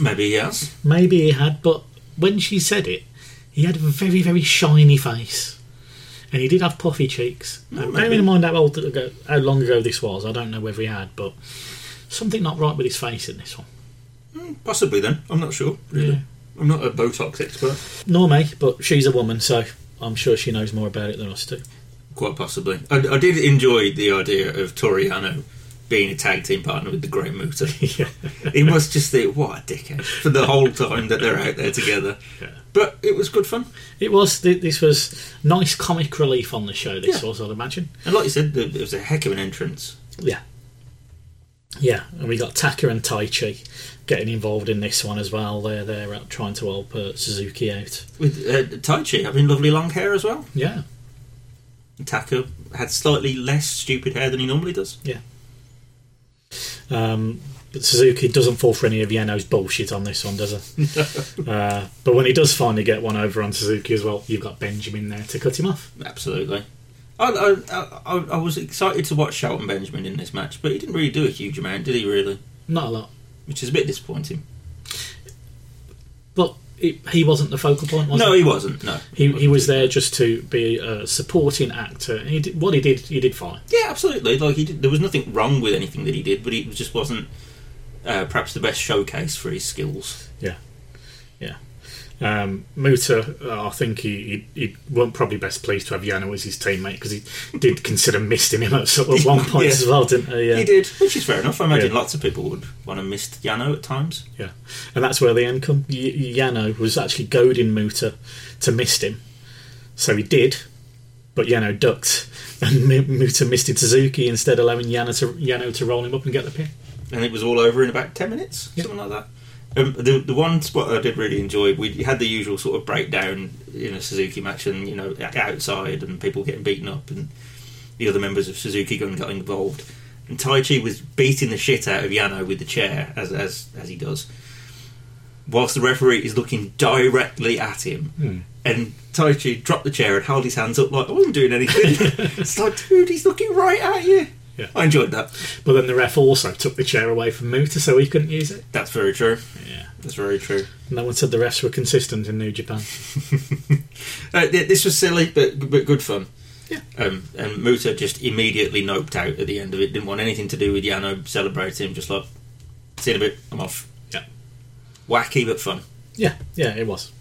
Maybe he has. Maybe he had, but when she said it, he had a very, very shiny face. And he did have puffy cheeks. Now, Oh, maybe. Bearing in mind how old ago, how long ago this was, I don't know whether he had, but something not right with his face in this one. Possibly then. I'm not sure. Really. Yeah. I'm not a Botox expert. Nor me, but she's a woman, so I'm sure she knows more about it than us do. Quite possibly. I, I did enjoy the idea of Toriano being a tag team partner with the Great Muta. yeah. it was just the what a dickhead for the whole time that they're out there together. Yeah. But it was good fun. It was, th- this was nice comic relief on the show, this Yeah. was, I'd imagine. And like you said, there- it was a heck of an entrance. Yeah. Yeah, and we got Taka and Tai Chi getting involved in this one as well. They're they're out trying to help uh, Suzuki out. With uh, Tai Chi having lovely long hair as well. Yeah, Taka had slightly less stupid hair than he normally does. um, but Suzuki doesn't fall for any of Yano's bullshit on this one, does he? uh, but when he does finally get one over on Suzuki as well, you've got Benjamin there to cut him off. Absolutely. I, I, I, I was excited to watch Shelton Benjamin in this match, but he didn't really do a huge amount, did he, really? Not a lot, Which is a bit disappointing. but it, he wasn't the focal point, was no, he? he wasn't, no. He, he was there just to be a supporting actor. And he did, what he did, he did fine. Yeah, absolutely. Like he did, there was nothing wrong with anything that he did, but it just wasn't uh, perhaps the best showcase for his skills. Um, Muta, uh, I think he, he, he weren't probably best pleased to have Yano as his teammate because he did consider missing him at, sort of one point Yeah. as well, didn't he? Yeah. He did, which is fair enough. I imagine Yeah. lots of people would want to miss Yano at times. Yeah, and that's where the end come. Y- Yano was actually goading Muta to mist him, so he did, but Yano ducked, and M- Muta misted Suzuki instead, allowing Yano to Yano to roll him up and get the pin. and it was all over in about 10 minutes, Yeah. something like that. Um, the, the one spot I did really enjoy, we had the usual sort of breakdown in a Suzuki match and, you know, outside and people getting beaten up and the other members of Suzuki Gun got involved. And Tai Chi was beating the shit out of Yano with the chair, as, as, as he does, whilst the referee is looking directly at him. Hmm. And Tai Chi dropped the chair and held his hands up like, I wasn't doing anything. it's like, dude, he's looking right at you. Yeah. I enjoyed that. But then the ref also took the chair away from Muta, so he couldn't use it. That's very true. Yeah, That's very true. no one said the refs were consistent in New Japan. Uh, th- this was silly, but but good fun. Yeah. Um, and Muta just immediately noped out at the end of it. Didn't want anything to do with Yano celebrating. Just like, see you in a bit. I'm off. Yeah. Wacky but fun. Yeah, yeah, it was.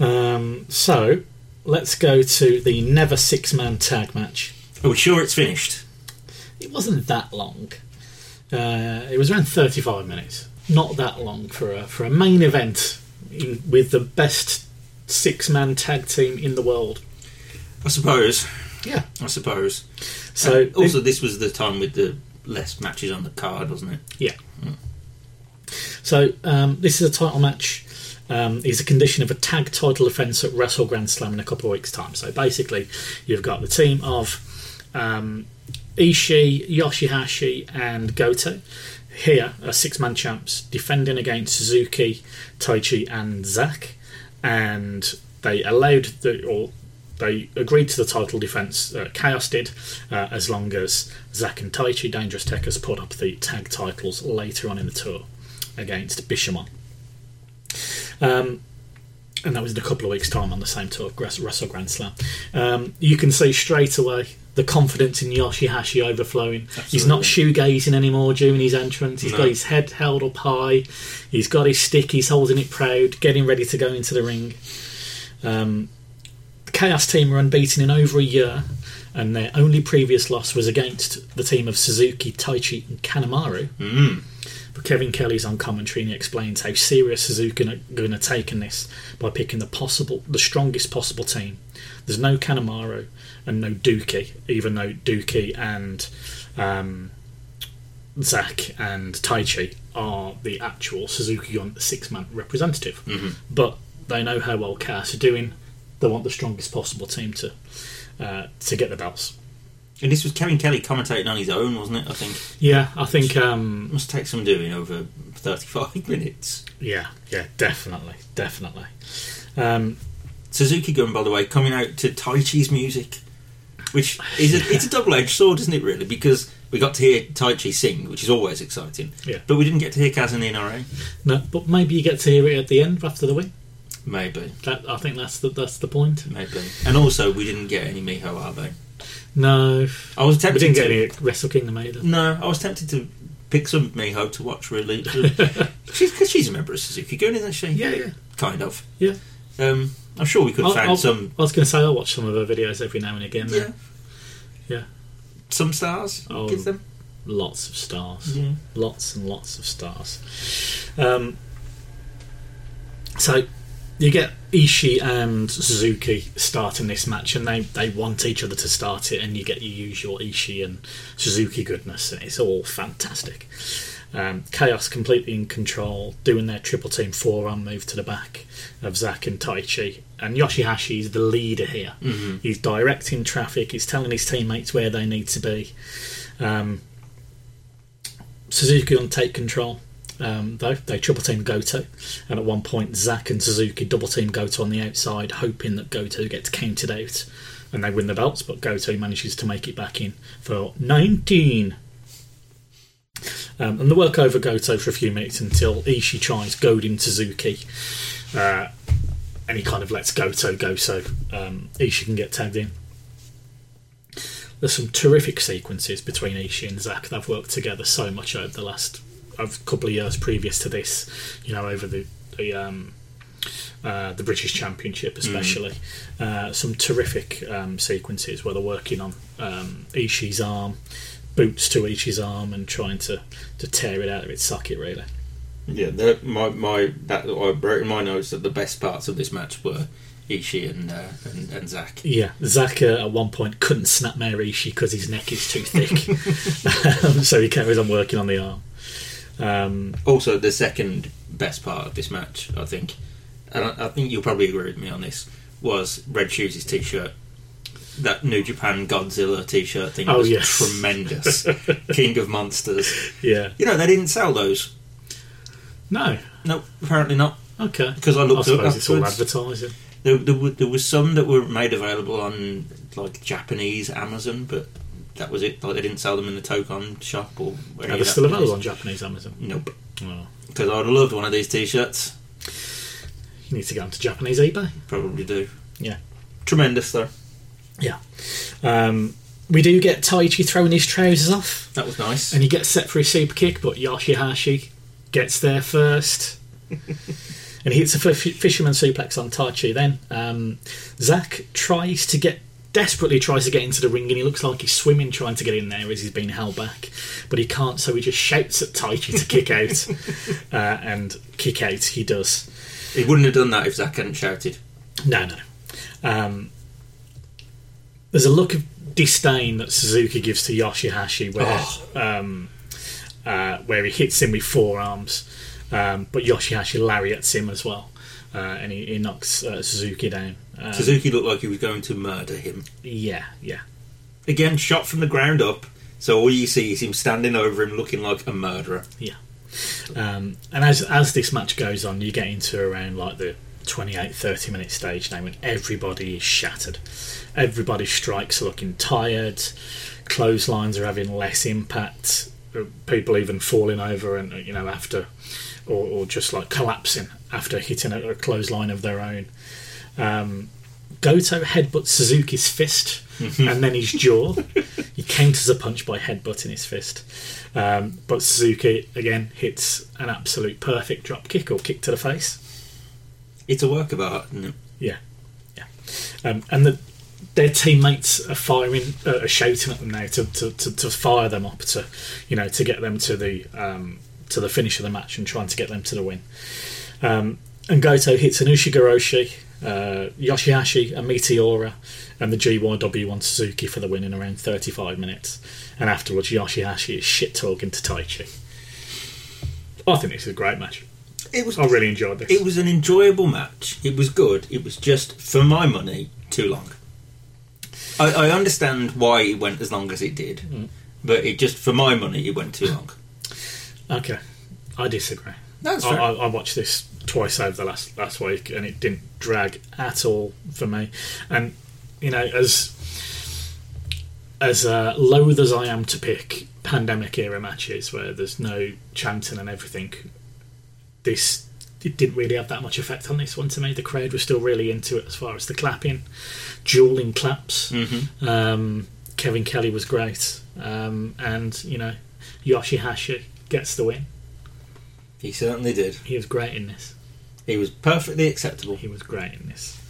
Um, so let's go to the never six-man tag match. Are we sure it's finished? it wasn't that long. Uh, it was around 35 minutes. Not that long for a, for a main event in, with the best six man tag team in the world. I suppose. Yeah. I suppose. So And Uh, also, this was the time with the less matches on the card, wasn't it? so um, this is a title match. Um, is a condition of a tag title offence at Wrestle Grand Slam in a couple of weeks' time. So basically, you've got the team of um, Ishii, Yoshihashi, and Goto. Here are six man champs defending against Suzuki, Taichi, and Zack. And they allowed the, or they agreed to the title defence, uh, Chaos did, uh, as long as Zack and Taichi, Dangerous Techers, put up the tag titles later on in the tour against Bishamon. Um, and that was in a couple of weeks' time on the same tour, Gres- Wrestle Grand Slam. Um, you can see straight away the confidence in Yoshihashi overflowing. He's not shoegazing anymore during his entrance. He's No. got his head held up high. He's got his stick. He's holding it proud, getting ready to go into the ring. Um, the Chaos team are unbeaten in over a year, and their only previous loss was against the team of Suzuki, Taichi, and Kanemaru. Mm. But Kevin Kelly's on commentary and he explains how serious Suzuki are going to take in this by picking the possible, the strongest possible team. There's no Kanemaru and no Dookie, even though Dookie and um, Zack and Taichi are the actual Suzuki Gun six man representative. But they know how well Chaos are doing. They want the strongest possible team to uh, to get the belts. And this was Kevin Kelly commentating on his own, wasn't it? I think Yeah, I think um, must take some doing over thirty-five minutes. yeah, yeah, definitely, definitely. Um, Suzuki Gun, by the way, coming out to Tai Chi's music. which is a, it's a double edged sword, isn't it? Really, because we got to hear Tai Chi sing, which is always exciting. Yeah. But we didn't get to hear Kaz and the NRA. No, but maybe you get to hear it at the end after the win. Maybe, That I think that's the, that's the point. maybe. And also, we didn't get any Miho Abe. No, I was we tempted. didn't to, get any Wrestle Kingdom either. No, I was tempted to pick some Miho to watch. Really, because she's a member of Suzuki Gun, isn't she? Yeah, yeah. Kind of. Yeah. Um, I'm sure we could have I'll- found I'll- some I was going to say I watch some of her videos every now and again. yeah. Yeah. Some stars. Oh. Give them. Lots of stars. Yeah. Lots and lots of stars. Um, so you get Ishii and Suzuki starting this match, and they, they want each other to start it, and you get your usual Ishii and Suzuki goodness, and it's all fantastic. Um, Chaos completely in control, doing their triple team forearm move to the back of Zack and Taichi. And Yoshihashi is the leader here. He's directing traffic, he's telling his teammates where they need to be. Um, Suzuki on take control. Um, though they triple team Goto, and at one point Zack and Suzuki double team Goto on the outside, hoping that Goto gets counted out, and they win the belts. But Goto manages to make it back in for 19. Um, and they work over Goto for a few minutes until Ishii tries goading Suzuki, uh, and he kind of lets Goto go, so um, Ishii can get tagged in. There's some terrific sequences between Ishii and Zack. They've worked together so much over the last over a couple of years previous to this, you know, over the the, um, uh, the British Championship, especially. Uh, some terrific um, sequences where they're working on um, Ishii's arm, boots to Ishii's arm, and trying to, to tear it out of its socket, really. Yeah, the, my my that I wrote in my notes that the best parts of this match were Ishii and uh, and, and Zach. Yeah, Zaka at one point couldn't snap Mary Ishii because his neck is too thick. um, so he carries on working on the arm. Um, Also, the second best part of this match, I think, and I, I think you'll probably agree with me on this, was Red Shoes' t-shirt. That New Japan Godzilla T-shirt thing Oh, was yes. tremendous. King of Monsters. yeah. You know they didn't sell those. No. No, apparently not. Okay. Because I I looked up suppose it's all afterwards. advertising. There, there, were, there was some that were made available on like Japanese Amazon, but that was it. Like they didn't sell them in the Tokon shop or. wherever Are they that still place. available on Japanese Amazon? Nope. Oh, Because I'd have loved one of these T-shirts. you need to go onto Japanese eBay. Probably do. Yeah. Tremendous though. Yeah. Um, we do get Taichi throwing his trousers off, That was nice. and he gets set for his super kick, but Yoshihashi gets there first. and he hits a f- fisherman suplex on Taichi then. Um, Zack tries to get. Desperately tries to get into the ring and he looks like he's swimming trying to get in there as he's been held back, but he can't, so he just shouts at Taichi to kick out. Uh, and kick out he does. he wouldn't have done that if Zach hadn't shouted. No, no. Um, there's a look of disdain that Suzuki gives to Yoshihashi where um, uh, where he hits him with forearms, um, but Yoshihashi lariats him as well, uh, and he, he knocks uh, Suzuki down. Um, Suzuki looked like he was going to murder him. yeah, yeah, Again, shot from the ground up. So all you see is him standing over him, looking like a murderer. yeah. Um, and as as this match goes on, you get into around like the 28, 30 minute stage now, and everybody is shattered. Everybody's strikes are looking tired. Clotheslines are having less impact. uh, People even falling over, and you know after, or, or just like collapsing after hitting a, a clothesline of their own. Um, Goto headbutts Suzuki's fist and then his jaw. he counters a punch by headbutting his fist. Um, but Suzuki again hits an absolute perfect drop kick or kick to the face. It's a work of art. Isn't it? Yeah, yeah. Um, and the, their teammates are firing, uh, are shouting at them now to, to, to, to fire them up to, you know, to get them to the um, to the finish of the match and trying to get them to the win. Um, and Goto hits an Ushigoroshi, uh, Yoshihashi, a Meteora, and the GYW on Suzuki for the win in around 35 minutes. And afterwards, Yoshihashi is shit talking to Taichi. I think this is a great match. It was I Oh, really enjoyed this. It was an enjoyable match. It was good. It was just, for my money, too long. I, I understand why it went as long as it did, but it just, for my money, it went too long. Okay, I disagree. That's I, fair. I, I watched this twice over the last last week, and it didn't drag at all for me. And you know, as as uh, loath as I am to pick pandemic era matches where there's no chanting and everything, this it didn't really have that much effect on this one to me. The crowd was still really into it as far as the clapping, dueling claps. Mm-hmm. Mm. Um, Kevin Kelly was great, um, and you know Yoshihashi gets the win. He certainly did. He was great in this. He was perfectly acceptable. He was great in this.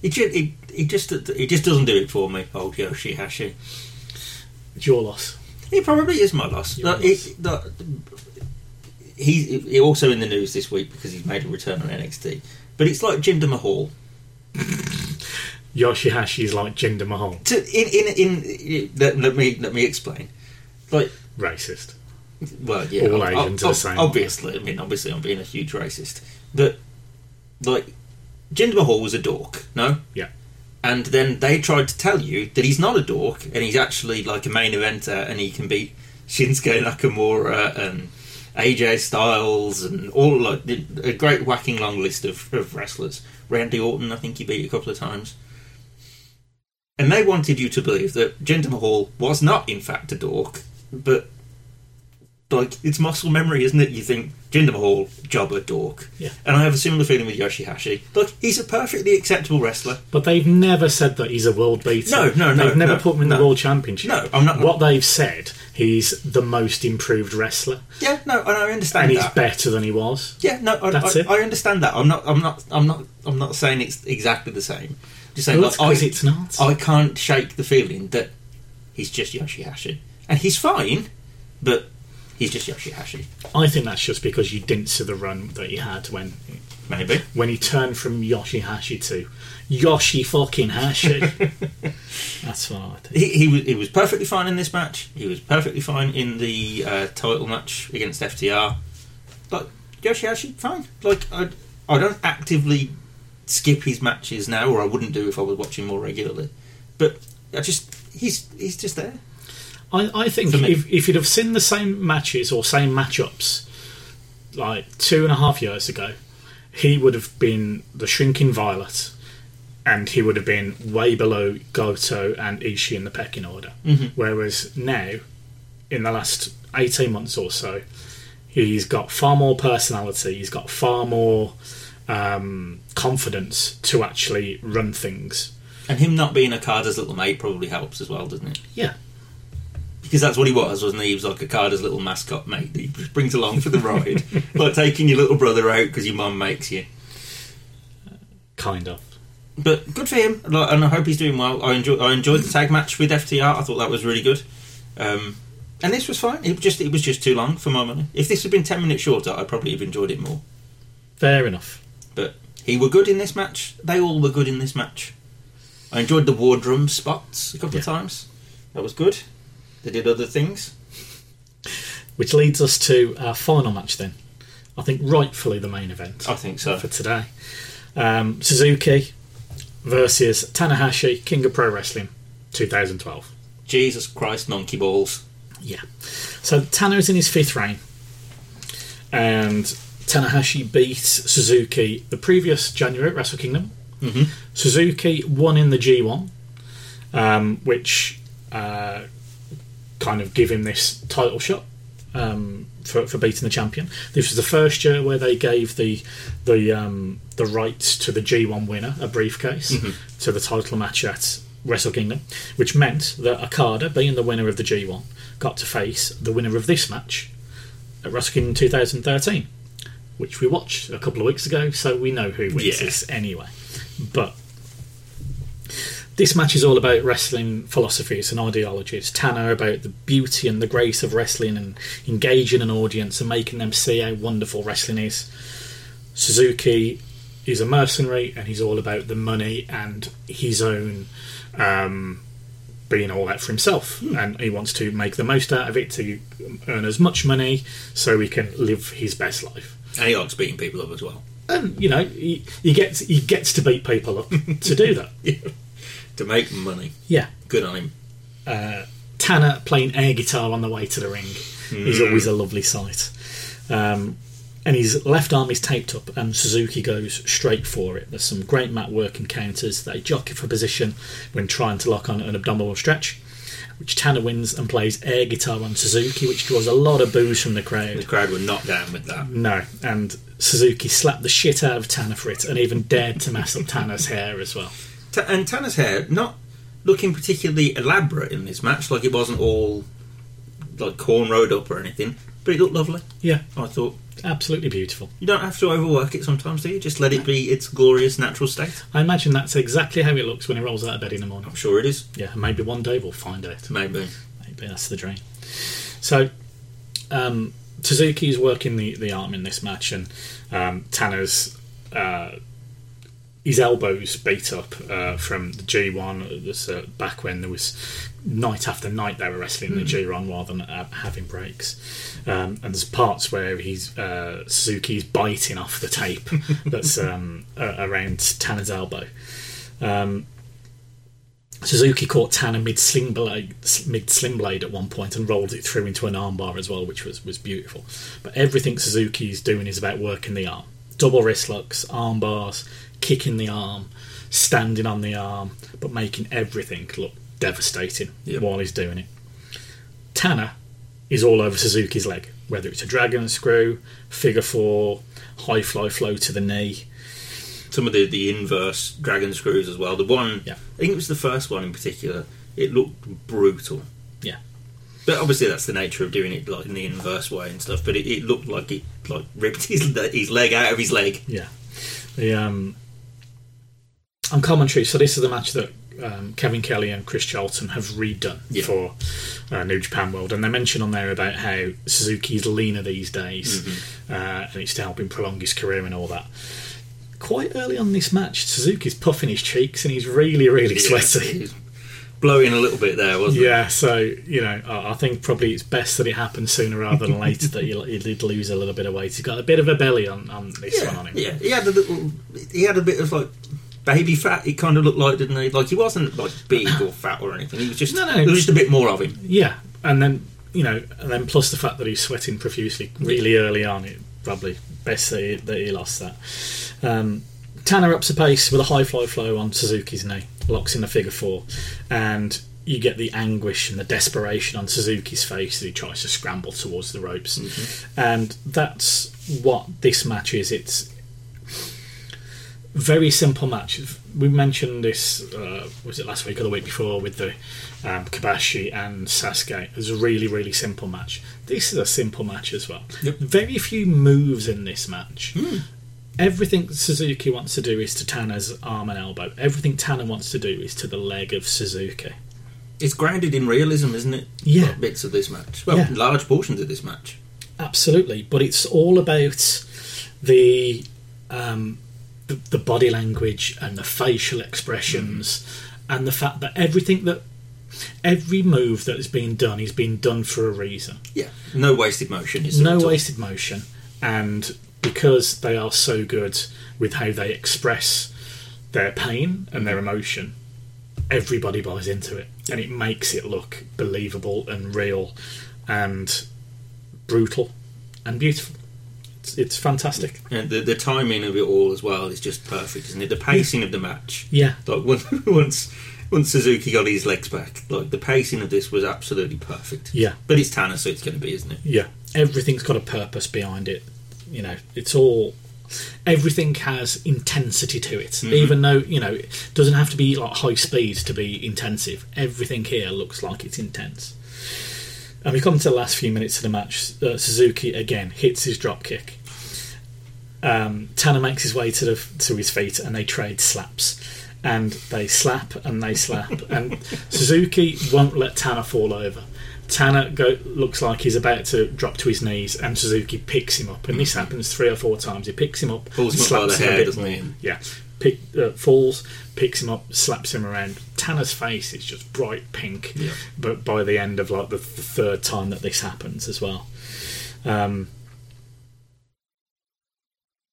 He, ju- he, he just he just doesn't do it for me, old Yoshihashi. It's your loss. He probably is my loss. Your Like, he- loss. like, he, he also in the news this week because he's made a return on NXT. But it's like Jinder Mahal. Yoshihashi is like Jinder Mahal, To, in in in let, let me let me explain. Like racist. Well, yeah, All ob- Asians are the same. Obviously, I mean, obviously, I'm being a huge racist, but like Jinder Mahal was a dork, no? Yeah. And then they tried to tell you that he's not a dork and he's actually like a main eventer and he can beat Shinsuke Nakamura and AJ Styles and all like the- a great whacking long list of, of wrestlers. Randy Orton, I think he beat a couple of times. And they wanted you to believe that Jinder Mahal was not, in fact, a dork, but like it's muscle memory, isn't it? You think Jinder Mahal, jobber, dork. Yeah. And I have a similar feeling with Yoshihashi. Look, he's a perfectly acceptable wrestler. But they've never said that he's a world beater. No, no, no, They've never no, put him in no. the world championship. No, I'm not- What they've said, he's the most improved wrestler, Yeah, no, and I understand and he's that. better than he was. yeah, no, I, That's I, it. I understand that. I'm not, I'm not, I'm not, I'm not saying it's exactly the same. Just saying, Well, like, that's I, 'cause it's not. I can't shake the feeling that he's just Yoshihashi, and he's fine, but he's just Yoshihashi. I think that's just because you didn't see the run that he had when Maybe. when he turned from Yoshihashi to Yoshi fucking Hashi. that's what I think. he, he was he was perfectly fine in this match. He was perfectly fine in the uh, title match against FTR. Like Yoshihashi, fine. Like I, I don't actively skip his matches now, or I wouldn't do if I was watching more regularly. But I just he's he's just there. I, I think For me. if, if you'd have seen the same matches or same matchups like two and a half years ago, he would have been the shrinking violet and he would have been way below Goto and Ishii in the pecking order. Whereas now, in the last 18 months or so, he's got far more personality, he's got far more um, confidence to actually run things. And him not being Okada's little mate probably helps as well, doesn't it? Yeah. Because that's what he was, wasn't he? He was like Okada's little mascot mate that he just brings along for the ride, like taking your little brother out because your mum makes you. Kind of. but good for him, like, and I hope he's doing well. I enjoyed, I enjoyed the tag match with FTR. I thought that was really good, um, and this was fine. It just it was just too long for my money. If this had been ten minutes shorter, I'd probably have enjoyed it more. Fair enough. But he were good in this match. They all were good in this match. I enjoyed the war drum spots a couple of Yeah. times. That was good. They did other things. Which leads us to our final match then. I think rightfully the main event I think so. for today. Um, Suzuki versus Tanahashi, King of Pro Wrestling 2012. Jesus Christ, monkey balls. Yeah. So Tano's in his fifth reign. And Tanahashi beat Suzuki the previous January at Wrestle Kingdom. Suzuki won in the G1, um, which uh, kind of give him this title shot um, for, for beating the champion. This was the first year where they gave the the um, the rights to the G1 winner a briefcase to the title match at Wrestle Kingdom, which meant that Okada, being the winner of the G1, got to face the winner of this match at Wrestle Kingdom 2013, which we watched a couple of weeks ago, so we know who wins Yeah. this anyway. But this match is all about wrestling philosophies and ideologies. Tanner about the beauty and the grace of wrestling and engaging an audience and making them see how wonderful wrestling is. Suzuki is a mercenary and he's all about the money and his own um, being all out for himself. And he wants to make the most out of it to earn as much money so he can live his best life And he likes beating people up as well and you know he, he gets he gets to beat people up to do that. to make money. Yeah, Good on him. Tanner playing air guitar on the way to the ring is always a lovely sight. Um, and his left arm is taped up, and Suzuki goes straight for it. There's some great mat work encounters. They jockey for position when trying to lock on an abdominal stretch. which Tanner wins and plays air guitar on Suzuki, which draws a lot of boos from the The crowd. crowd were not down with that. No, and Suzuki slapped the shit out of Tanner for it and even dared to mess up Tanner's hair as well. Ta and Tanner's hair not looking particularly elaborate in this match. Like it wasn't all like cornrowed up or anything, but it looked lovely. Yeah, I thought absolutely beautiful. you don't have to overwork it sometimes, do you? Just let it be its glorious natural state. I imagine that's exactly how it looks when he rolls out of bed in the morning. I'm sure it is. Yeah, maybe one day we'll find out. Maybe. Maybe that's the dream. So, um, Suzuki is working the, the arm in this match, and um, Tanner's uh, his elbows beat up uh, from the G one. It was uh, back when there was night after night they were wrestling the G one rather than uh, having breaks. Um, and there's parts where he's uh, Suzuki's biting off the tape that's um, uh, around Tanner's elbow. Um, Suzuki caught Tanner mid sling blade, mid sling blade at one point and rolled it through into an armbar as well, which was was beautiful. But everything Suzuki is doing is about working the arm, double wrist locks, arm bars, kicking the arm, standing on the arm, but making everything look devastating Yep. while he's doing it. Tanner is all over Suzuki's leg, whether it's a dragon screw, figure four, high fly flow to the knee. Some of the, the inverse dragon screws as well. The one, Yeah. I think it was the first one in particular, it looked brutal. Yeah. But obviously, that's the nature of doing it like in the inverse way and stuff. But it, it looked like it like ripped his le- his leg out of his leg. Yeah. The um on commentary, so this is the match that um, Kevin Kelly and Chris Charlton have redone Yeah. for uh, New Japan World, and they mention on there about how Suzuki's leaner these days, Mm-hmm. uh, and it's to help him prolong his career and all that. Quite early on this match, Suzuki's puffing his cheeks and he's really, really sweaty. It was blowing a little bit there, wasn't it? Yeah, so you know, I I think probably it's best that it happens sooner rather than later. that he, he did lose a little bit of weight. He's got a bit of a belly on, on this one on him. yeah. He had a little. He had a bit of like baby fat. He kind of looked like, didn't he? Like he wasn't like big or fat or anything. He was just No, no. There was just a bit more of him. Yeah, and then you know, and then plus the fact that he's sweating profusely really early on, it probably best that he, that he lost that. Um, Tanner ups the pace with a high fly flow on Suzuki's knee, locks in the figure four, and you get the anguish and the desperation on Suzuki's face as he tries to scramble towards the ropes, and that's what this match is. It's very simple match. We mentioned this uh, was it last week or the week before with the um, Kabashi and Sasuke. It was a really really simple match. This is a simple match as well. Yep. Very few moves in this match. Everything Suzuki wants to do is to Tanner's arm and elbow. Everything Tanner wants to do is to the leg of Suzuki. It's grounded in realism, isn't it? Yeah. Like, bits of this match. Well, Yeah. large portions of this match. Absolutely, but it's all about the um, the, the body language and the facial expressions, and the fact that everything that every move that has been done is being done for a reason. Yeah. No wasted motion. Is there No at all? wasted motion, and because they are so good with how they express their pain and their emotion, everybody buys into it, and it makes it look believable and real, and brutal, and beautiful. It's, it's fantastic. And the, the timing of it all as well is just perfect, isn't it? The pacing of the match. Yeah, Like when, once once Suzuki got his legs back, like the pacing of this was absolutely perfect. yeah, But it's Tanner, so it's going to be, isn't it? yeah. Everything's got a purpose behind it. You know, it's all. Everything has intensity to it, even though you know it doesn't have to be like high speed to be intensive. Everything here looks like it's intense. And we come to the last few minutes of the match. Uh, Suzuki again hits his drop kick. Um, Tanner makes his way to the to his feet, and they trade slaps. And they slap and they slap, and Suzuki won't let Tanner fall over. Tanner go, looks like he's about to drop to his knees, and Suzuki picks him up. And this happens three or four times. He picks him up, Mm. Pulls him up by slaps the him a hair, bit doesn't more. he? Yeah, pick, uh, falls, picks him up, slaps him around. Tanner's face is just bright pink, Yeah. but by the end of like the, the third time that this happens as well, um,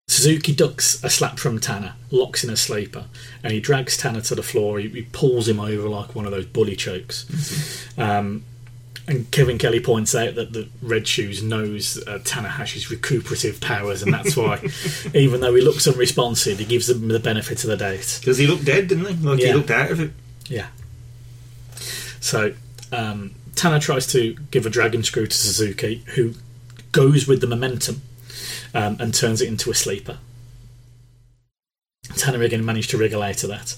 Suzuki ducks a slap from Tanner, locks in a sleeper, and he drags Tanner to the floor. He, he pulls him over like one of those bully chokes. Um, and Kevin Kelly points out that the Red Shoes knows uh, Tanahashi's recuperative powers, and that's why, even though he looks unresponsive, he gives them the benefit of the doubt. Because he looked dead, didn't he? Like Yeah. he looked out of it. Yeah. So Um, Tana tries to give a dragon screw to Suzuki, who goes with the momentum um, and turns it into a sleeper. Tanner again managed to wriggle out of that.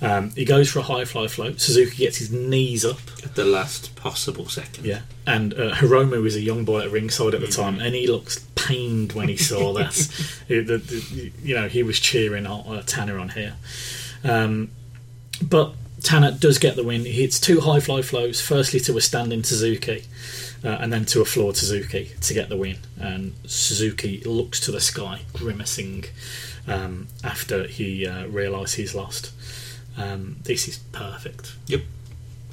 Um, he goes for a high fly float. Suzuki gets his knees up. At the last possible second. Yeah. And uh, Hiromu was a young boy at ringside at the time, and he looks pained when he saw that. It- the- the- you know, he was cheering on, uh, Tanner on here. Um, but Tanner does get the win. He hits two high fly flows, firstly to a standing Suzuki, uh, and then to a floored Suzuki to get the win. And Suzuki looks to the sky, grimacing, um, after he uh, realises he's lost. Um, this is perfect. Yep.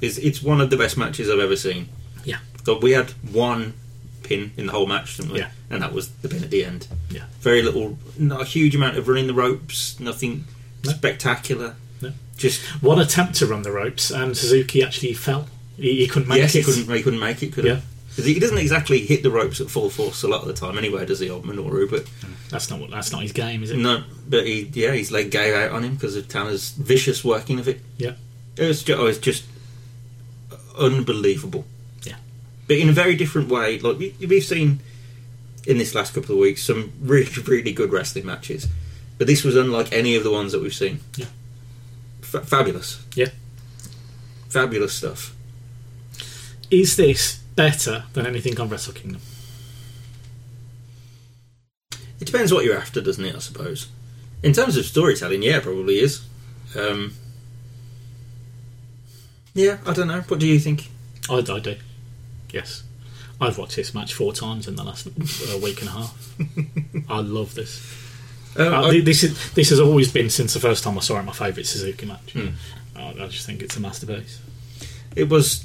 It's, it's one of the best matches I've ever seen. Yeah. But we had one pin in the whole match, didn't we? Yeah. And that was the pin at the end. Yeah. Very little, not a huge amount of running the ropes, nothing No. spectacular. No. Just, One attempt to run the ropes, and Suzuki actually fell. He, he couldn't make yes, he it. couldn't, he couldn't make it, could Yeah. he? 'Cause He doesn't exactly hit the ropes at full force a lot of the time, anyway, does he, old Minoru? But That's not what. That's not his game, is it? no, but he, yeah, his leg gave out on him because of Tanner's vicious working of it. Yeah. It was just, oh, it's just unbelievable. Yeah. But in a very different way. Like we- we've seen in this last couple of weeks some really, really good wrestling matches. But this was unlike any of the ones that we've seen. Yeah. Fa fabulous. Yeah. Fabulous stuff. Is this better than anything on Wrestle Kingdom? It depends what you're after, doesn't it? I suppose. In terms of storytelling, yeah, it probably is. Um, yeah, I don't know. What do you think? I, I do. Yes. I've watched this match four times in the last uh, week and a half. I love this. Um, Uh, I- th- this is this has always been since the first time I saw it my favourite Suzuki match. Hmm. I, I just think it's a masterpiece. it was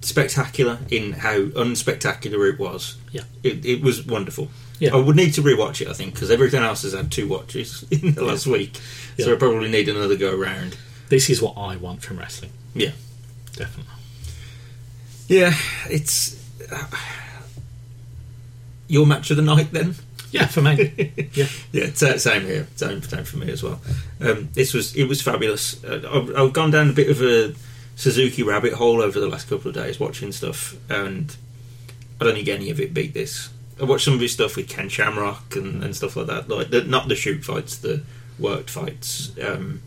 spectacular in how unspectacular it was. Yeah. it, it was wonderful. Yeah. I would need to rewatch it, I think, because everything else has had two watches in the last week, so Yeah. I probably need another go around. This is what I want from wrestling. Yeah, Definitely. yeah, it's uh, your match of the night then. Yeah, for me. yeah. Yeah, t- same here. Same, same for me as well. Um, this was it was fabulous. Uh, I've, I've gone down a bit of a Suzuki rabbit hole over the last couple of days watching stuff, and I don't think any of it beat this. I watched some of his stuff with Ken Shamrock and, and stuff like that. Like the, not the shoot fights, the worked fights. Um,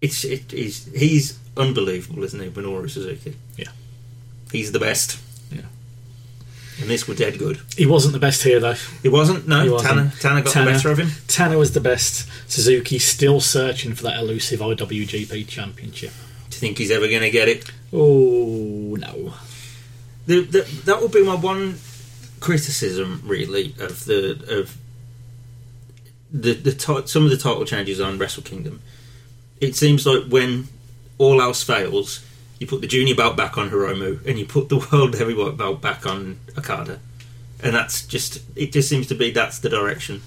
it's it is he's unbelievable, isn't he, Minoru Suzuki? Yeah. he's the best. Yeah. and this were dead good. He wasn't the best here though. It wasn't no. He wasn't. Tanner Tanner got Tanner- the better of him. Tanner was the best. Suzuki still searching for that elusive IWGP Championship. Do you think he's ever going to get it? Oh no. The, the, that would be my one criticism, really, of the of the the ti- some of the title changes on Wrestle Kingdom. It seems like when all else fails, you put the junior belt back on Hiromu and you put the world heavyweight belt back on Okada, and that's just it. Just seems to be that's the direction.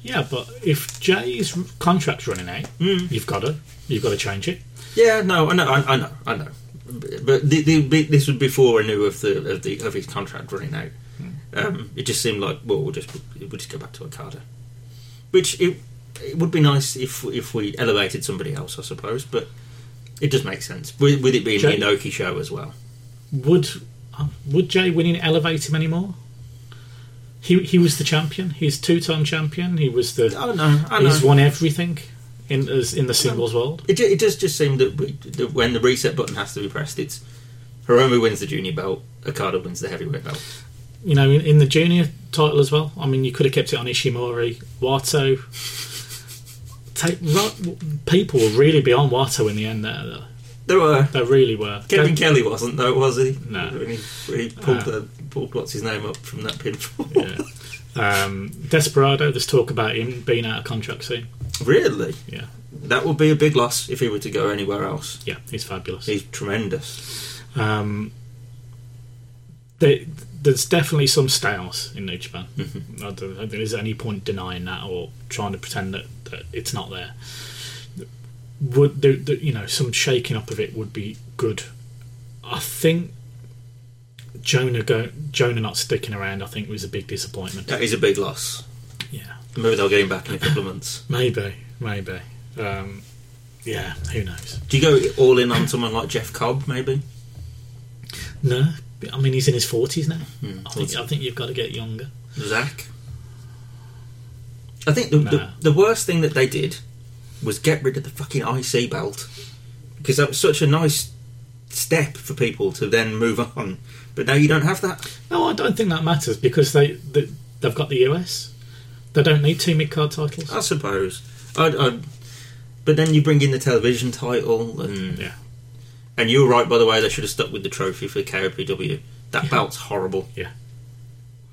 Yeah, but if Jay's contract's running out, Hmm. you've got to you've got to change it. Yeah, no, I know, I, I know, I know. But the, the, this was before I knew of the of the of his contract running out. Um, it just seemed like well, we'll just we'll just go back to Okada, which it it would be nice if if we elevated somebody else, I suppose. But it does make sense with, with it being Jay- the Inoki show as well. Would um, would Jay winning elevate him anymore? He he was the champion. He's two time champion. He was the I don't know. I he's know. won everything in as in the singles world. It, ju- it does just seem that, we, that when the reset button has to be pressed, it's Hiromu wins the junior belt, Okada wins the heavyweight belt. You know, in, in the junior title as well. I mean, you could have kept it on Ishimori, Wato. Take right, people were really beyond Wato in the end. There, though. There were they really were. Kevin Kelly wasn't though, was he? No. When he, when he pulled No. the pulled what's his name up from that pinfall. Yeah. Um, Desperado. There's talk about him being out of contract soon. really, Yeah, that would be a big loss if he were to go anywhere else. yeah, he's fabulous. He's tremendous. Um, there, there's definitely some styles in New Japan. I, don't, I don't think there's any point denying that or trying to pretend that, that it's not there. Would there, there, you know some shaking up of it would be good? I think Jonah go, Jonah not sticking around. I think was a big disappointment. That is a big loss. Yeah, Maybe they'll get him back in a couple of months. maybe, maybe. Um, yeah, who knows? Do you go all in on someone like Jeff Cobb? Maybe No, I mean he's in his forties now. Hmm. I think I think you've got to get younger. Zach. I think the, Nah. the, the worst thing that they did was get rid of the fucking IC belt because that was such a nice step for people to then move on. But now you don't have that. No, I don't think that matters because they, they they've got the US. They don't need two mid card titles. I suppose. i i but then you bring in the television title, and Mm. Yeah. and you were right by the way. They should have stuck with the trophy for KOPW. That belt's horrible. Yeah.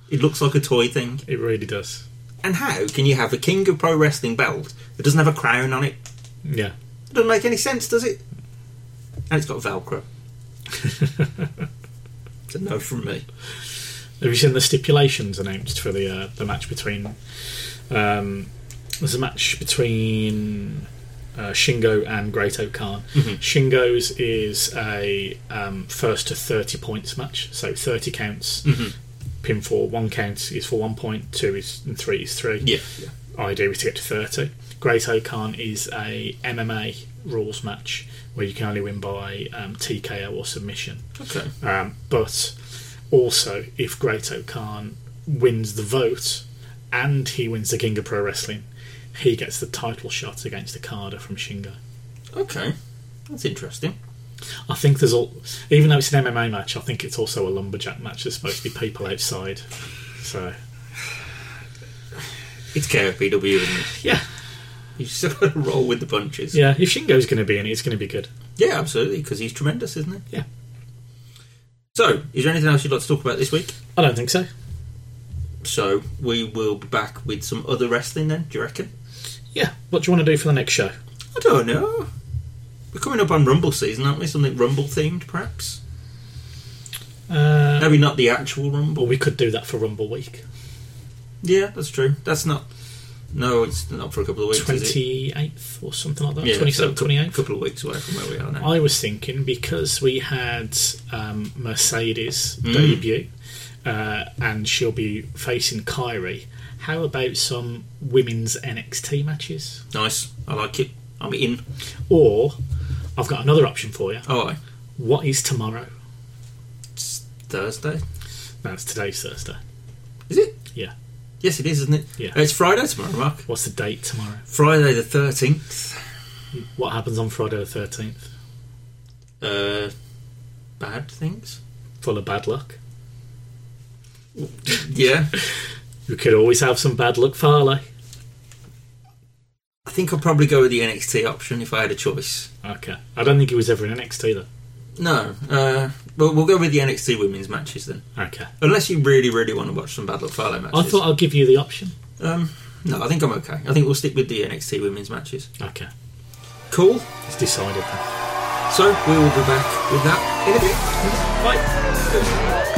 It looks like a toy thing. It really does. And how can you have a King of Pro Wrestling belt that doesn't have a crown on it? Yeah. It doesn't make any sense, does it? And it's got Velcro. it's a no from me. Have you seen the stipulations announced for the uh, the match between? Um, there's a match between uh, Shingo and Great Oak Khan. Shingo's is a um, first to thirty points match, so thirty counts. Pin for one count is for one point, two is and three is three. Yeah. yeah. idea is to get to 30. Great Okan is a MMA rules match where you can only win by um, TKO or submission. Okay. Um, but also, if Great Okan wins the vote and he wins the King of Pro Wrestling, he gets the title shot against Okada from Shingo. Okay. That's interesting. I think there's all, even though it's an MMA match, I think it's also a lumberjack match. There's supposed to be people outside. So, It's KOPW, isn't it? yeah, You just have got to roll with the punches. yeah. If Shingo's going to be in it, it's going to be good. Yeah, absolutely, because he's tremendous, isn't he? Yeah. So, is there anything else you'd like to talk about this week? I don't think so. So, we will be back with some other wrestling then, do you reckon? Yeah. What do you want to do for the next show? I don't know. We're coming up on Rumble season, aren't we? Something Rumble themed, perhaps? Uh, Maybe not the actual Rumble. Well, we could do that for Rumble Week. Yeah, that's true. That's not. No, it's not for a couple of weeks. is it? 28th or something like that. Yeah, 27th, so a cou- 28th. couple of weeks away from where we are now. I was thinking because we had um, Mercedes Mm. debut uh, and she'll be facing Kyrie, how about some women's NXT matches? Nice. I like it. I'm in. Or I've got another option for you. Oh, I. What is tomorrow? It's Thursday. That's today's Thursday. Is it? Yeah. Yes, it is, isn't it? Uh, Yeah. It's Friday tomorrow, Mark. What's the date tomorrow? Friday the 13th. What happens on Friday the 13th? Uh, bad things. Full of bad luck. Yeah, We could always have some bad luck parlay. I think I'd probably go with the NXT option if I had a choice. Okay. I don't think he was ever in NXT though. No, uh, well, we'll go with the NXT women's matches then. Okay. Unless you really, really want to watch some Bad Luck Farlow matches. I thought I'd give you the option. Um, no, I think I'm okay. I think we'll stick with the NXT women's matches. Okay. Cool. It's decided then. So we will be back with that in a bit. Bye. Thank